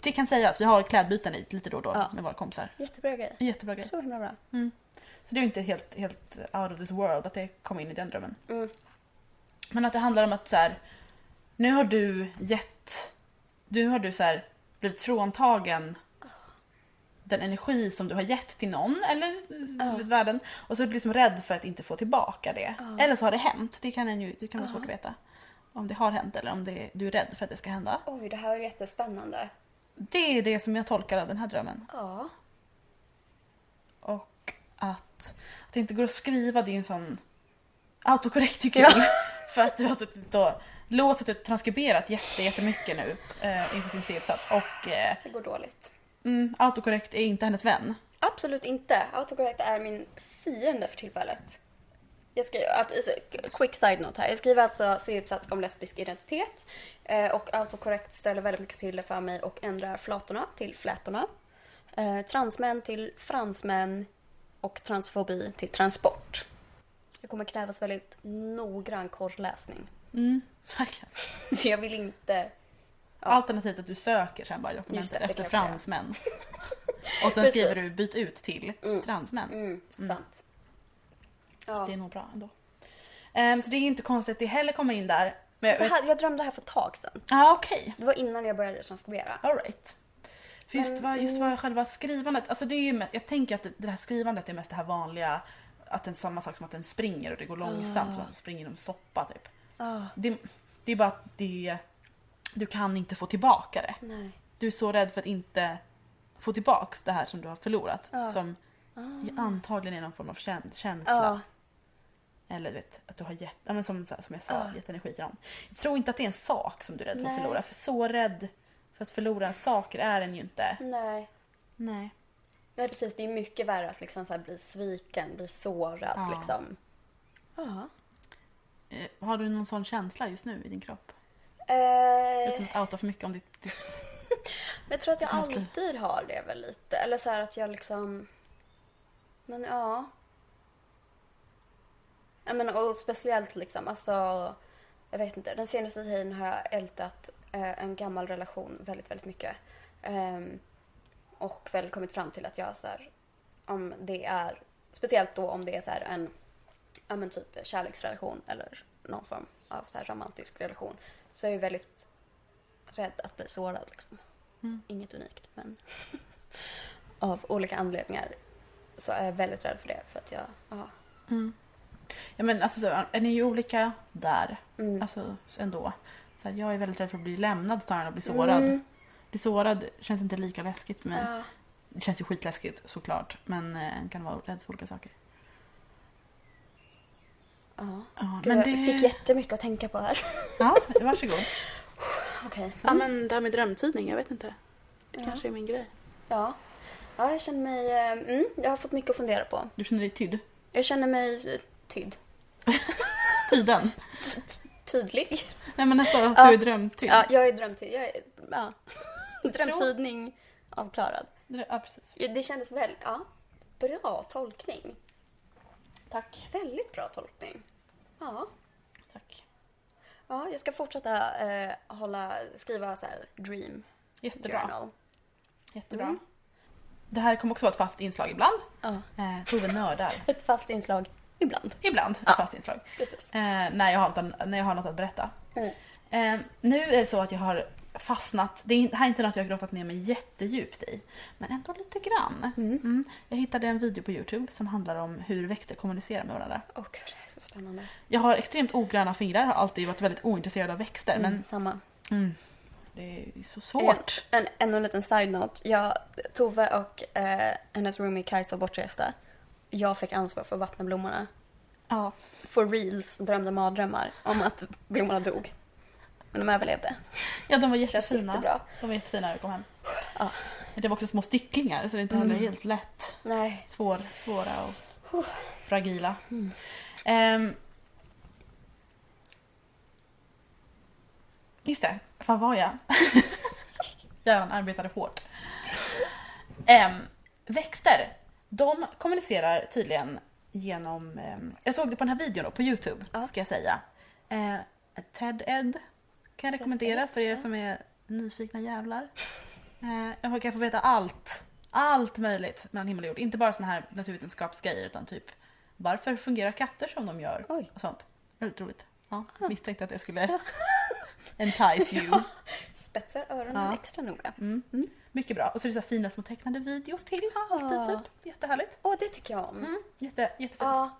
Speaker 3: det kan sägas, vi har klädbyten i lite då och då
Speaker 4: Ja.
Speaker 3: med våra kompisar.
Speaker 4: Jättebra grej.
Speaker 3: Jättebra grej.
Speaker 4: Så himla bra.
Speaker 3: Så det är ju inte helt, helt out of this world att det kom in i den drömmen.
Speaker 4: Mm.
Speaker 3: Men att det handlar om att så här, nu har du gett, nu har du så här, blivit fråntagen den energi som du har gett till någon eller
Speaker 4: Ja.
Speaker 3: världen och så är du liksom rädd för att inte få tillbaka det.
Speaker 4: Ja.
Speaker 3: Eller så har det hänt, det kan, en ju, det kan vara
Speaker 4: Ja.
Speaker 3: svårt att veta. Om det har hänt eller om det, du är rädd för att det ska hända.
Speaker 4: Oj, det här är jättespännande.
Speaker 3: Det är det som jag tolkar av den här drömmen.
Speaker 4: Ja.
Speaker 3: Och att, att det inte går att skriva, det är ju en sån autokorrekt tycker jag. [LAUGHS] För att du har typ suttit och låtit och typ transkriberat jätte, jättemycket nu eh, inför sin C-uppsats. Och eh,
Speaker 4: Det går dåligt.
Speaker 3: mm, autokorrekt är inte hennes vän.
Speaker 4: Absolut inte. Autocorrect är min fiende för tillfället. Jag skriver, alltså, quick side note här. Jag skriver alltså C-uppsats om lesbisk identitet eh, och autocorrect ställer väldigt mycket till det för mig och ändrar flatorna till flätorna. Eh, Transmän till fransmän och transfobi till transport. Det kommer krävas väldigt noggrann korrläsning. [LAUGHS]
Speaker 3: Mm, verkligen.
Speaker 4: För jag vill inte... Ja.
Speaker 3: Alternativt att du söker sen bara
Speaker 4: Just det,
Speaker 3: dokumenten
Speaker 4: det
Speaker 3: efter
Speaker 4: kan jag [LAUGHS]
Speaker 3: fransmän. Och sen
Speaker 4: Precis.
Speaker 3: skriver du byt ut till
Speaker 4: Mm.
Speaker 3: transmän.
Speaker 4: Mm,
Speaker 3: Mm.
Speaker 4: sant. Ja.
Speaker 3: Det är nog bra ändå. Ehm, så det är ju inte konstigt att det heller kommer in där. Men jag
Speaker 4: Det
Speaker 3: vet-
Speaker 4: här, jag drömde det här för ett tag sedan.
Speaker 3: ah, okej.
Speaker 4: Det var innan jag började transkribera.
Speaker 3: Alright. För just
Speaker 4: Men,
Speaker 3: vad, just
Speaker 4: mm.
Speaker 3: vad själva skrivandet, alltså det är ju mest, jag tänker att det, det här skrivandet är mest det här vanliga, att den samma sak som att den springer och det går långsamt,
Speaker 4: Ah.
Speaker 3: som att den springer genom soppa typ.
Speaker 4: Ah,
Speaker 3: Det, det är bara att det, du kan inte få tillbaka det.
Speaker 4: nej.
Speaker 3: Du är så rädd för att inte få tillbaks det här som du har förlorat.
Speaker 4: Ja.
Speaker 3: Som
Speaker 4: Ah.
Speaker 3: ju antagligen är någon form av kän- känsla.
Speaker 4: Ja,
Speaker 3: Eller du vet, att du har gett, ja, men som, så här- som jag sa,
Speaker 4: Ja.
Speaker 3: gett energi till någon. Jag tror inte att det är en sak som du är rädd för att
Speaker 4: Ah. Nej.
Speaker 3: förlora. För så rädd för att förlora saker är den ju inte.
Speaker 4: nej.
Speaker 3: Nej.
Speaker 4: Nej, precis. Det är mycket värre att liksom så här bli sviken, bli sårad.
Speaker 3: Ja.
Speaker 4: Liksom. Ja.
Speaker 3: Eh, Har du någon sån känsla just nu i din kropp?
Speaker 4: Eh,
Speaker 3: Utan att outa för mycket om ditt... ditt...
Speaker 4: men jag tror att jag
Speaker 3: Verkligen.
Speaker 4: alltid har det väl lite. Eller så här att jag liksom... Men ja. Jag menar, och speciellt liksom, alltså... Jag vet inte. Den senaste tiden har jag ältat eh, en gammal relation väldigt, väldigt mycket. Ehm, och väl kommit fram till att jag så här, om det är, speciellt då om det är så här en ja, men typ kärleksrelation eller någon form av så här romantisk relation så är jag väldigt rädd att bli sårad. Liksom.
Speaker 3: Mm.
Speaker 4: Inget unikt men [LAUGHS] av olika anledningar så är jag väldigt rädd för det för att jag, ja.
Speaker 3: Mm. Ja men alltså, så, är ni ju olika där.
Speaker 4: Mm.
Speaker 3: Alltså ändå. Så här, jag är väldigt rädd för att bli lämnad snarare än att bli sårad.
Speaker 4: Mm.
Speaker 3: Bli sårad känns inte lika läskigt för mig.
Speaker 4: Ja.
Speaker 3: Det känns ju skitläskigt såklart. Men eh, en kan vara rädd för olika saker.
Speaker 4: ja.
Speaker 3: Ja,
Speaker 4: Gud,
Speaker 3: men
Speaker 4: jag fick jättemycket att tänka på
Speaker 3: [LAUGHS]
Speaker 4: här.
Speaker 3: Ja, varsågod.
Speaker 4: Okej.
Speaker 3: Ja men det här med drömtydning, jag vet inte. Det
Speaker 4: Ja.
Speaker 3: kanske är min grej.
Speaker 4: Ja. ja, jag känner mig, eh, mm, jag har fått mycket att fundera på.
Speaker 3: Du känner dig tydd?
Speaker 4: Jag känner mig eh, tydd.
Speaker 3: Tiden?
Speaker 4: Ty- ty- Tydlig.
Speaker 3: Nej men alltså att
Speaker 4: Ja.
Speaker 3: du är drömtydd.
Speaker 4: Ja, jag är drömtydning. Jag är, ja. Drömtydning avklarad.
Speaker 3: ja precis.
Speaker 4: Ja, Det kändes väl, ja. Bra tolkning.
Speaker 3: Tack.
Speaker 4: Väldigt bra tolkning. Ja.
Speaker 3: Tack.
Speaker 4: Ja, jag ska fortsätta eh, hålla, skriva så här dream
Speaker 3: Jättebra.
Speaker 4: journal.
Speaker 3: Jättebra.
Speaker 4: Mm.
Speaker 3: Det här kommer också vara ett fast inslag ibland.
Speaker 4: Ja.
Speaker 3: Eh, Tove nördar.
Speaker 4: Ett fast inslag ibland.
Speaker 3: [LAUGHS] Ibland
Speaker 4: Ja.
Speaker 3: ett fast inslag.
Speaker 4: Precis.
Speaker 3: Eh, när, jag har något, när jag har något att berätta.
Speaker 4: Mm.
Speaker 3: Eh, nu är det så att jag har fastnat, det är, in- här är inte något jag har grottat ner mig jättedjupt i, men ändå lite grann.
Speaker 4: Mm.
Speaker 3: Mm. Jag hittade en video på Youtube som handlar om hur växter kommunicerar med varandra.
Speaker 4: Åh gud, det är så spännande.
Speaker 3: Jag har extremt ogranna fingrar, har alltid varit väldigt ointresserad av växter
Speaker 4: Mm, samma.
Speaker 3: men mm, det är så svårt.
Speaker 4: En, en, ännu en liten side-note. Jag, Tove och eh, hennes roomie Kajsa bortresta. Jag fick ansvar för att vattna blommorna.
Speaker 3: Ja.
Speaker 4: For reals drömde mardrömmar om att blommorna dog. Men de överlevde.
Speaker 3: ja, de var
Speaker 4: Det känns
Speaker 3: jättefina.
Speaker 4: jättebra.
Speaker 3: De var jättefina när vi kom hem.
Speaker 4: Ja.
Speaker 3: Det var också små sticklingar så det är inte heller
Speaker 4: Mm.
Speaker 3: helt lätt.
Speaker 4: Nej.
Speaker 3: Svår, svåra och
Speaker 4: Huh.
Speaker 3: fragila.
Speaker 4: Mm.
Speaker 3: Ehm. Just det, var var jag? [LAUGHS] Hjärnan arbetade hårt. Ehm, växter, de kommunicerar tydligen genom... ehm, jag såg det på den här videon då, på Youtube,
Speaker 4: Ja.
Speaker 3: ska jag säga. Eh, Ted Ed kan jag rekommendera för er som är nyfikna jävlar. Eh, jag kan få veta allt. Allt möjligt mellan himmel och jord. Inte bara såna här naturvetenskapsgrejer utan typ varför fungerar katter som de gör?
Speaker 4: Oj. Ah.
Speaker 3: Och sånt. Väldigt roligt. Ja, misstänkte att
Speaker 4: [LAUGHS]
Speaker 3: jag skulle entice you.
Speaker 4: Spetsar öronen
Speaker 3: Ja.
Speaker 4: extra noga.
Speaker 3: Mm.
Speaker 4: Mm.
Speaker 3: Mycket bra. Och så är det så här fina små tecknade videos till.
Speaker 4: Ah.
Speaker 3: Alltid typ. Jättehärligt.
Speaker 4: Åh, det tycker jag om.
Speaker 3: Mm. Jätte, jättefint.
Speaker 4: Ja.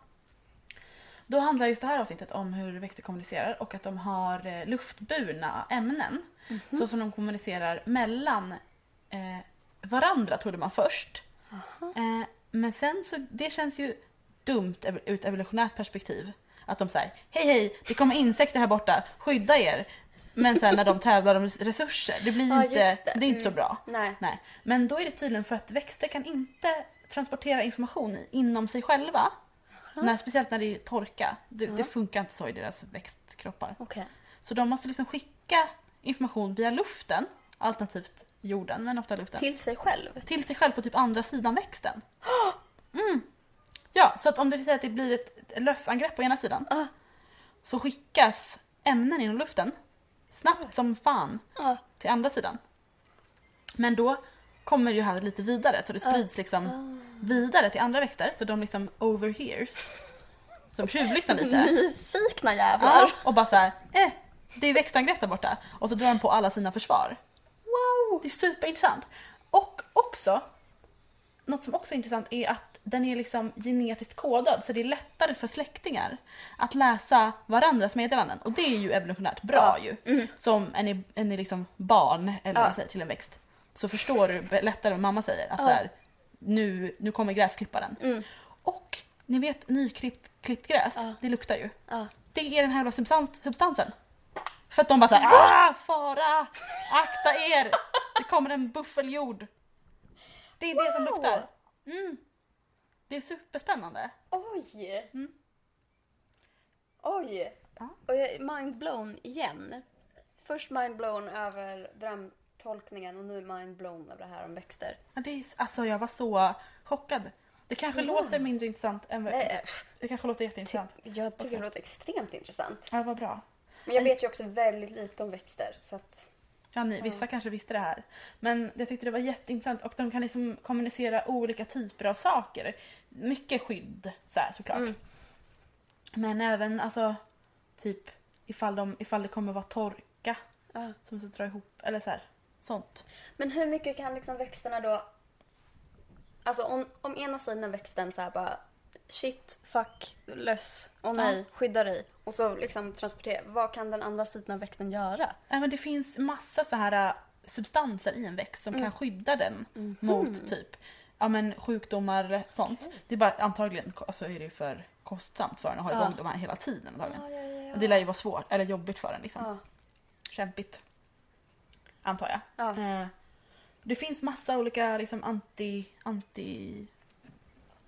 Speaker 3: Då handlar just det här avsnittet om hur växter kommunicerar och att de har eh, luftburna ämnen.
Speaker 4: Mhm.
Speaker 3: Så som de kommunicerar mellan eh, varandra trodde man först. Eh, men sen så, det känns ju dumt ev- ur ett evolutionärt perspektiv. Att de säger hej hej, det kommer insekter här borta, skydda er. Men sen när de tävlar om res- resurser, det blir ju
Speaker 4: Ja,
Speaker 3: inte,
Speaker 4: just
Speaker 3: det.
Speaker 4: det.
Speaker 3: är inte så
Speaker 4: Mm.
Speaker 3: bra.
Speaker 4: Nej.
Speaker 3: Nej. Men då är det tydligen för att växter kan inte transportera information inom sig själva. När, speciellt när det är torka. Det, det funkar inte så i deras växtkroppar.
Speaker 4: Okej.
Speaker 3: Så de måste liksom skicka information via luften, alternativt jorden, men ofta luften.
Speaker 4: Till sig själv.
Speaker 3: till sig själv på typ andra sidan växten. [GASPS] Mm. Ja, så att om det vill säga att det blir ett ett lössangrepp på ena sidan
Speaker 4: Ah.
Speaker 3: så skickas ämnen inom luften snabbt som fan
Speaker 4: Ja.
Speaker 3: till andra sidan. Men då kommer ju här lite vidare så det sprids liksom vidare till andra växter så de liksom overhears. Som tjuvlyssnar lite.
Speaker 4: Mm. Nyfikna jävlar.
Speaker 3: Ja, och bara såhär, eh, det är växtangrepp där borta. Och så drar de på alla sina försvar.
Speaker 4: Wow.
Speaker 3: Det är superintressant. Och också, något som också är intressant är att den är liksom genetiskt kodad så det är lättare för släktingar att läsa varandras meddelanden. Och det är ju evolutionärt bra
Speaker 4: Ja. Mm.
Speaker 3: ju. Som en är, en är liksom barn eller vad
Speaker 4: Ja.
Speaker 3: man säger, till en växt. Så förstår du be- lättare vad mamma säger. Att
Speaker 4: Ja.
Speaker 3: så här, nu, nu kommer gräsklipparen.
Speaker 4: Mm.
Speaker 3: Och ni vet nyklippt klippt gräs,
Speaker 4: Ja.
Speaker 3: det luktar ju.
Speaker 4: Ja.
Speaker 3: Det är den här jävla substans, substansen. För att de bara såhär ah, fara! Akta er! Det kommer en buffeljord. Det är det som
Speaker 4: Wow.
Speaker 3: luktar. Mm. Det är superspännande.
Speaker 4: Oj!
Speaker 3: Mm.
Speaker 4: Oj!
Speaker 3: Ja.
Speaker 4: Och jag är mindblown igen. Först mindblown över drömtolkningen och nu mindblown över det här om växter.
Speaker 3: Ja, Det är, alltså jag var så chockad. Det kanske låter mindre intressant än vad...
Speaker 4: Nej,
Speaker 3: Det kanske låter jätteintressant.
Speaker 4: jag tycker det låter extremt intressant.
Speaker 3: Ja, vad bra.
Speaker 4: Men jag vet ju också väldigt lite om växter. Så att,
Speaker 3: Ja, ni, vissa kanske visste det här. Men jag tyckte det var jätteintressant och de kan liksom kommunicera olika typer av saker. Mycket skydd så här, såklart.
Speaker 4: Mm.
Speaker 3: Men även alltså typ ifall, de, ifall det kommer vara torka
Speaker 4: ja.
Speaker 3: som ska dra ihop eller så här. Sånt.
Speaker 4: Men hur mycket kan liksom växterna då... Alltså om, om ena sidan av växten så här bara shit, fuck, löss, åh nej, skydda dig. Och så liksom transportera. Vad kan den andra sidan av växten göra?
Speaker 3: Nej, men det finns massa så här äh, substanser i en växt som
Speaker 4: Mm.
Speaker 3: kan skydda den
Speaker 4: Mhm.
Speaker 3: mot typ ja, men sjukdomar sånt. Det är bara att antagligen ko- alltså, är det ju för kostsamt för den att ha
Speaker 4: Ja.
Speaker 3: igång de här hela tiden. Antagligen.
Speaker 4: Ja, ja, ja, ja.
Speaker 3: Det lär ju vara svårt eller jobbigt för den liksom.
Speaker 4: Ja.
Speaker 3: Kämpigt. Antar jag.
Speaker 4: Ja.
Speaker 3: Eh, det finns massa olika liksom anti, anti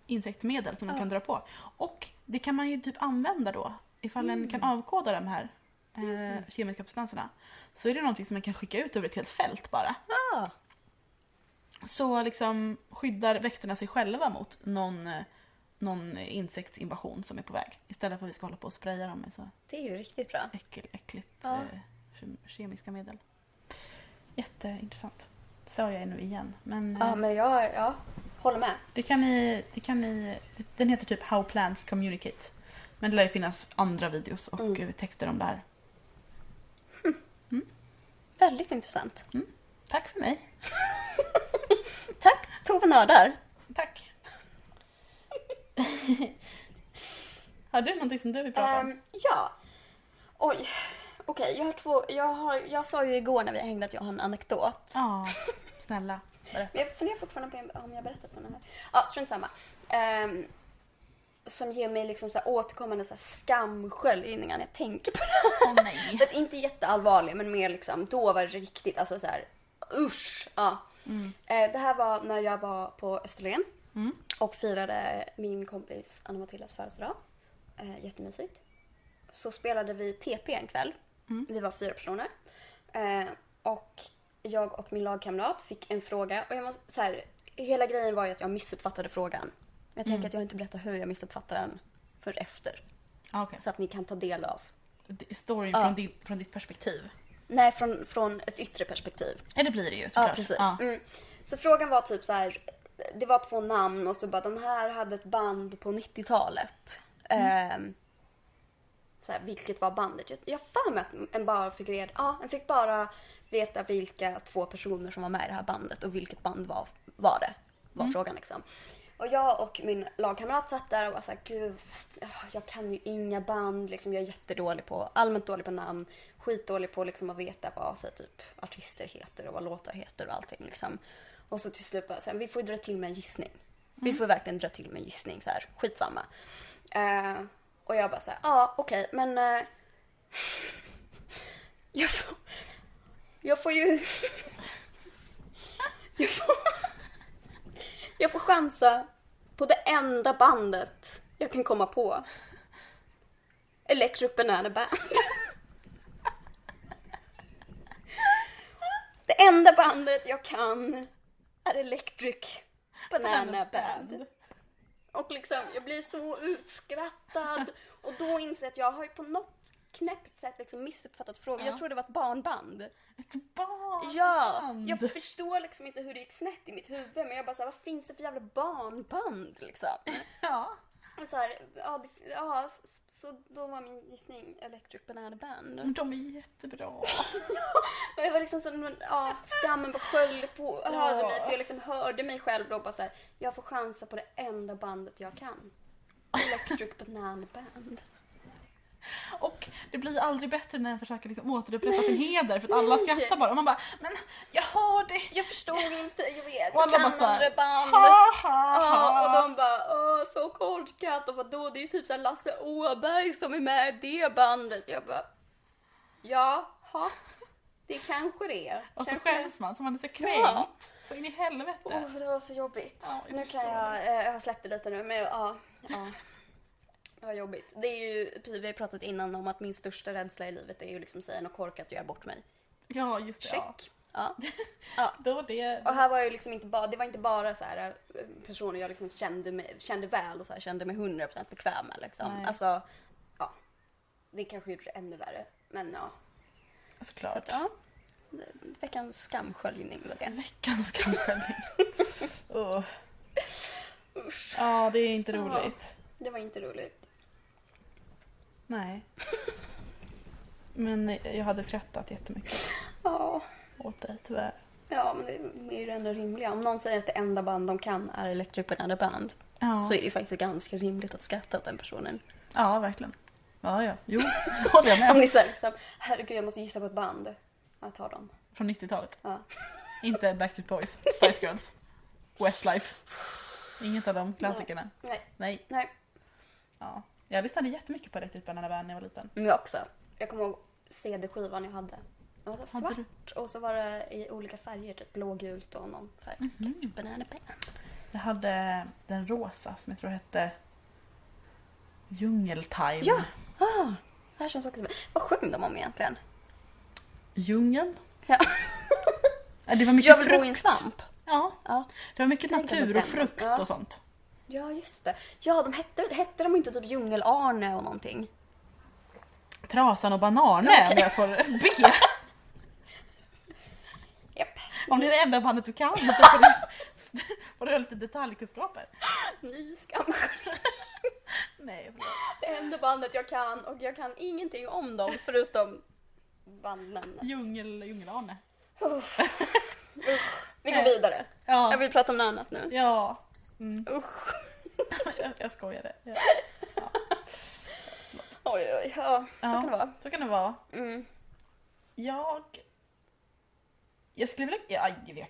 Speaker 3: insektsmedel som de
Speaker 4: Ja.
Speaker 3: kan dra på. Och det kan man ju typ använda då ifall en kan
Speaker 4: Mm.
Speaker 3: avkoda de här eh, kemiska substanserna. Så är det någonting som man kan skicka ut över ett helt fält bara.
Speaker 4: Ah.
Speaker 3: Så liksom skyddar växterna sig själva mot någon, eh, någon insektsinvasion som är på väg. Istället för att vi ska hålla på och spraya dem med så
Speaker 4: Det är ju riktigt bra.
Speaker 3: äckel, äckligt
Speaker 4: Ja.
Speaker 3: eh, ke- kemiska medel. Jätteintressant. Sa jag nu igen. Men, eh,
Speaker 4: Ja, men jag ja, håller med.
Speaker 3: Det kan ni, det kan ni, den heter typ How Plants Communicate. Men det lär ju finnas andra videos och
Speaker 4: Mm.
Speaker 3: eh, texter om det här.
Speaker 4: Väldigt intressant.
Speaker 3: Tack för mig.
Speaker 4: Tack Tove Nördar.
Speaker 3: Tack. [LAUGHS] Har du någonting som du vill prata om?
Speaker 4: Ehm, ja. Oj. Okej, jag har två. Jag, har, jag sa ju igår när vi hängde att jag har en anekdot.
Speaker 3: Ja, snälla.
Speaker 4: [LAUGHS]
Speaker 3: Berätta.
Speaker 4: Men jag funderar fortfarande på om jag har berättat den här. Ja, strunt samma. Ehm, som ger mig liksom så här återkommande så här skamsköljningar när jag tänker på
Speaker 3: Åh nej.
Speaker 4: det. Inte jätteallvarlig, men mer liksom, då var det riktigt alltså så här, usch. Ja.
Speaker 3: Mm.
Speaker 4: Eh, Det här var när jag var på Österlen
Speaker 3: Mm.
Speaker 4: och firade min kompis Anna Matildas födelsedag. Eh, Jättemysigt. Så spelade vi TP en kväll.
Speaker 3: Mm.
Speaker 4: Vi var fyra personer. Eh, Och jag och min lagkamrat fick en fråga och jag måste, så här, hela grejen var ju att jag missuppfattade frågan. Jag tänker
Speaker 3: Mm.
Speaker 4: att jag inte berättar hur jag missuppfattade den förrän efter.
Speaker 3: Ah, okay.
Speaker 4: Så att ni kan ta del av.
Speaker 3: Storyn
Speaker 4: Ja.
Speaker 3: från, din, från ditt perspektiv.
Speaker 4: Nej, från, från ett yttre perspektiv.
Speaker 3: Ja, det blir det ju såklart.
Speaker 4: Ja, precis. Mm. Så frågan var typ så här. Det var två namn och så bara de här hade ett band på 90-talet. Ehm, så här, vilket var bandet? Jag- Jag har för mig att en bara fick reda, ja, en fick bara veta vilka två personer som var med i det här bandet och vilket band var, var det. Var frågan liksom. Och jag och min lagkamrat satt där och var såhär, gud, jag kan ju inga band, liksom, jag är jättedålig på, allmänt dålig på namn, skitdålig på liksom, att veta vad så här, typ, artister heter och vad låtar heter och allting. Liksom. Och så till slut bara, så här, vi får ju dra till med en gissning. Vi får verkligen dra till med en gissning, så här, skitsamma. Eh, och jag bara såhär, ja okej men eh, jag, får, jag får ju... [LAUGHS] jag, får, jag får chansa på det enda bandet jag kan komma på. Electric Banana Band. det enda bandet jag kan är Electric Banana Band. Och liksom, jag blir så utskrattad. Och då inser jag att jag har ju på något knäppt sätt liksom missuppfattat frågan.
Speaker 3: Ja.
Speaker 4: Jag tror det var ett barnband.
Speaker 3: Ett barn!
Speaker 4: Ja! Jag förstår liksom inte hur det gick snett i mitt huvud. Men jag bara såhär, vad finns det för jävla barnband liksom?
Speaker 3: Ja.
Speaker 4: Och Så här, ja, det, ja, s- så då var min gissning Electric Banana Band.
Speaker 3: De är jättebra.
Speaker 4: Och jag var liksom såhär, men, ja, skammen bara sköljde på över
Speaker 3: Ja.
Speaker 4: mig. För jag liksom hörde mig själv då bara såhär, jag får chansa på det enda bandet jag kan. Electric Banana Band.
Speaker 3: Och det blir ju aldrig bättre när en försöker liksom återupprätta sin heder för att alla
Speaker 4: Nej.
Speaker 3: skrattar bara. Och man bara “men jag har det”.
Speaker 4: Jag förstod inte, jag vet,
Speaker 3: Och
Speaker 4: jag
Speaker 3: alla bara
Speaker 4: kan
Speaker 3: så här,
Speaker 4: andra band.
Speaker 3: Ha, ha,
Speaker 4: Ja, och
Speaker 3: ha.
Speaker 4: de bara åh så korkat och vadå det är ju typ såhär Lasse Åberg som är med i det bandet. Jag bara jaha, det kanske det är.
Speaker 3: Och så
Speaker 4: Kanske-
Speaker 3: skäms man som man är så kränkt.
Speaker 4: Ja.
Speaker 3: Så in i helvete.
Speaker 4: Åh, det var så jobbigt.
Speaker 3: Ja, jag
Speaker 4: nu
Speaker 3: förstår
Speaker 4: kan jag, eh, jag har släppt det lite nu men ja, ja. Det var jobbigt. Det är ju, vi har ju pratat innan om att min största rädsla i livet är ju liksom att säga något korkat och göra bort mig.
Speaker 3: Ja, just det. Ja.
Speaker 4: Check. Ja.
Speaker 3: Då det.
Speaker 4: Och här var jag ju liksom inte bara, det var inte bara så här eh, personer jag liksom kände, mig, kände väl och så här, kände mig 100% bekväm med liksom.
Speaker 3: Nej.
Speaker 4: Alltså, ja. Det kanske gjorde det ännu värre. Men ja. Så
Speaker 3: Såklart.
Speaker 4: att, ja. Veckans skamsköljning var det.
Speaker 3: Veckans
Speaker 4: [LAUGHS]
Speaker 3: skamskällning. Åh. Ja, det är inte
Speaker 4: Ja.
Speaker 3: roligt.
Speaker 4: Det var inte roligt.
Speaker 3: Nej. Men jag hade skrattat jättemycket
Speaker 4: Ja.
Speaker 3: åt dig tyvärr.
Speaker 4: Ja, men det är ju det enda rimliga. Om någon säger att det enda band de kan är Electric Banana Band
Speaker 3: Ja,
Speaker 4: så är det ju faktiskt ganska rimligt att skratta åt den personen.
Speaker 3: ja verkligen. Ja, ja. Jo, det håller jag med.
Speaker 4: Om ni säger liksom, herregud jag måste gissa på ett band. Jag tar dem.
Speaker 3: Från 90-talet.
Speaker 4: Ja.
Speaker 3: Inte Backstreet Boys, Spice Girls, Westlife. Inget av de klassikerna.
Speaker 4: Nej,
Speaker 3: Nej.
Speaker 4: nej.
Speaker 3: Ja. Jag lyssnade jättemycket på Electric Banana Band när jag var liten.
Speaker 4: Men jag också. Jag kommer ihåg CD-skivan jag hade. Den var så
Speaker 3: Hade du?
Speaker 4: svart och så var det i olika färger, typ blågult och någon färg.
Speaker 3: Mhm.
Speaker 4: Banana Band.
Speaker 3: Jag hade den rosa som jag tror hette Djungeltime.
Speaker 4: Ja. Ah, det här känns också bra. Vad sjöng de om egentligen?
Speaker 3: Djungeln.
Speaker 4: Ja.
Speaker 3: [LAUGHS] Ja, Det var mycket
Speaker 4: Jag vill bo i en
Speaker 3: frukt.
Speaker 4: svamp.
Speaker 3: Ja.
Speaker 4: Ja.
Speaker 3: Det var mycket
Speaker 4: Jag gillar
Speaker 3: natur och
Speaker 4: den.
Speaker 3: frukt
Speaker 4: Ja.
Speaker 3: och sånt.
Speaker 4: Ja, just det. Ja, de hette, hette de inte typ Djungel-Arne och någonting?
Speaker 3: Trasan och bananen om jag får be.
Speaker 4: [LAUGHS] Japp.
Speaker 3: Om det är det enda bandet du kan så får du, får du [LAUGHS] ha lite detaljkunskaper.
Speaker 4: Ny skam.
Speaker 3: Nej, förlåt.
Speaker 4: Det enda bandet jag kan och jag kan ingenting om dem förutom bandnamnet.
Speaker 3: Djungel, Djungel-Arne.
Speaker 4: Vi går vidare. Jag
Speaker 3: Ja.
Speaker 4: vill prata om något annat nu.
Speaker 3: ja. Mm.
Speaker 4: Usch.
Speaker 3: [LAUGHS] Jag, jag skojade. Ja.
Speaker 4: Oj, oj, ja. Så
Speaker 3: Ja.
Speaker 4: kan det vara.
Speaker 3: Så kan det vara.
Speaker 4: Mm.
Speaker 3: Jag... Jag skulle vilja... Ja, jag, jag,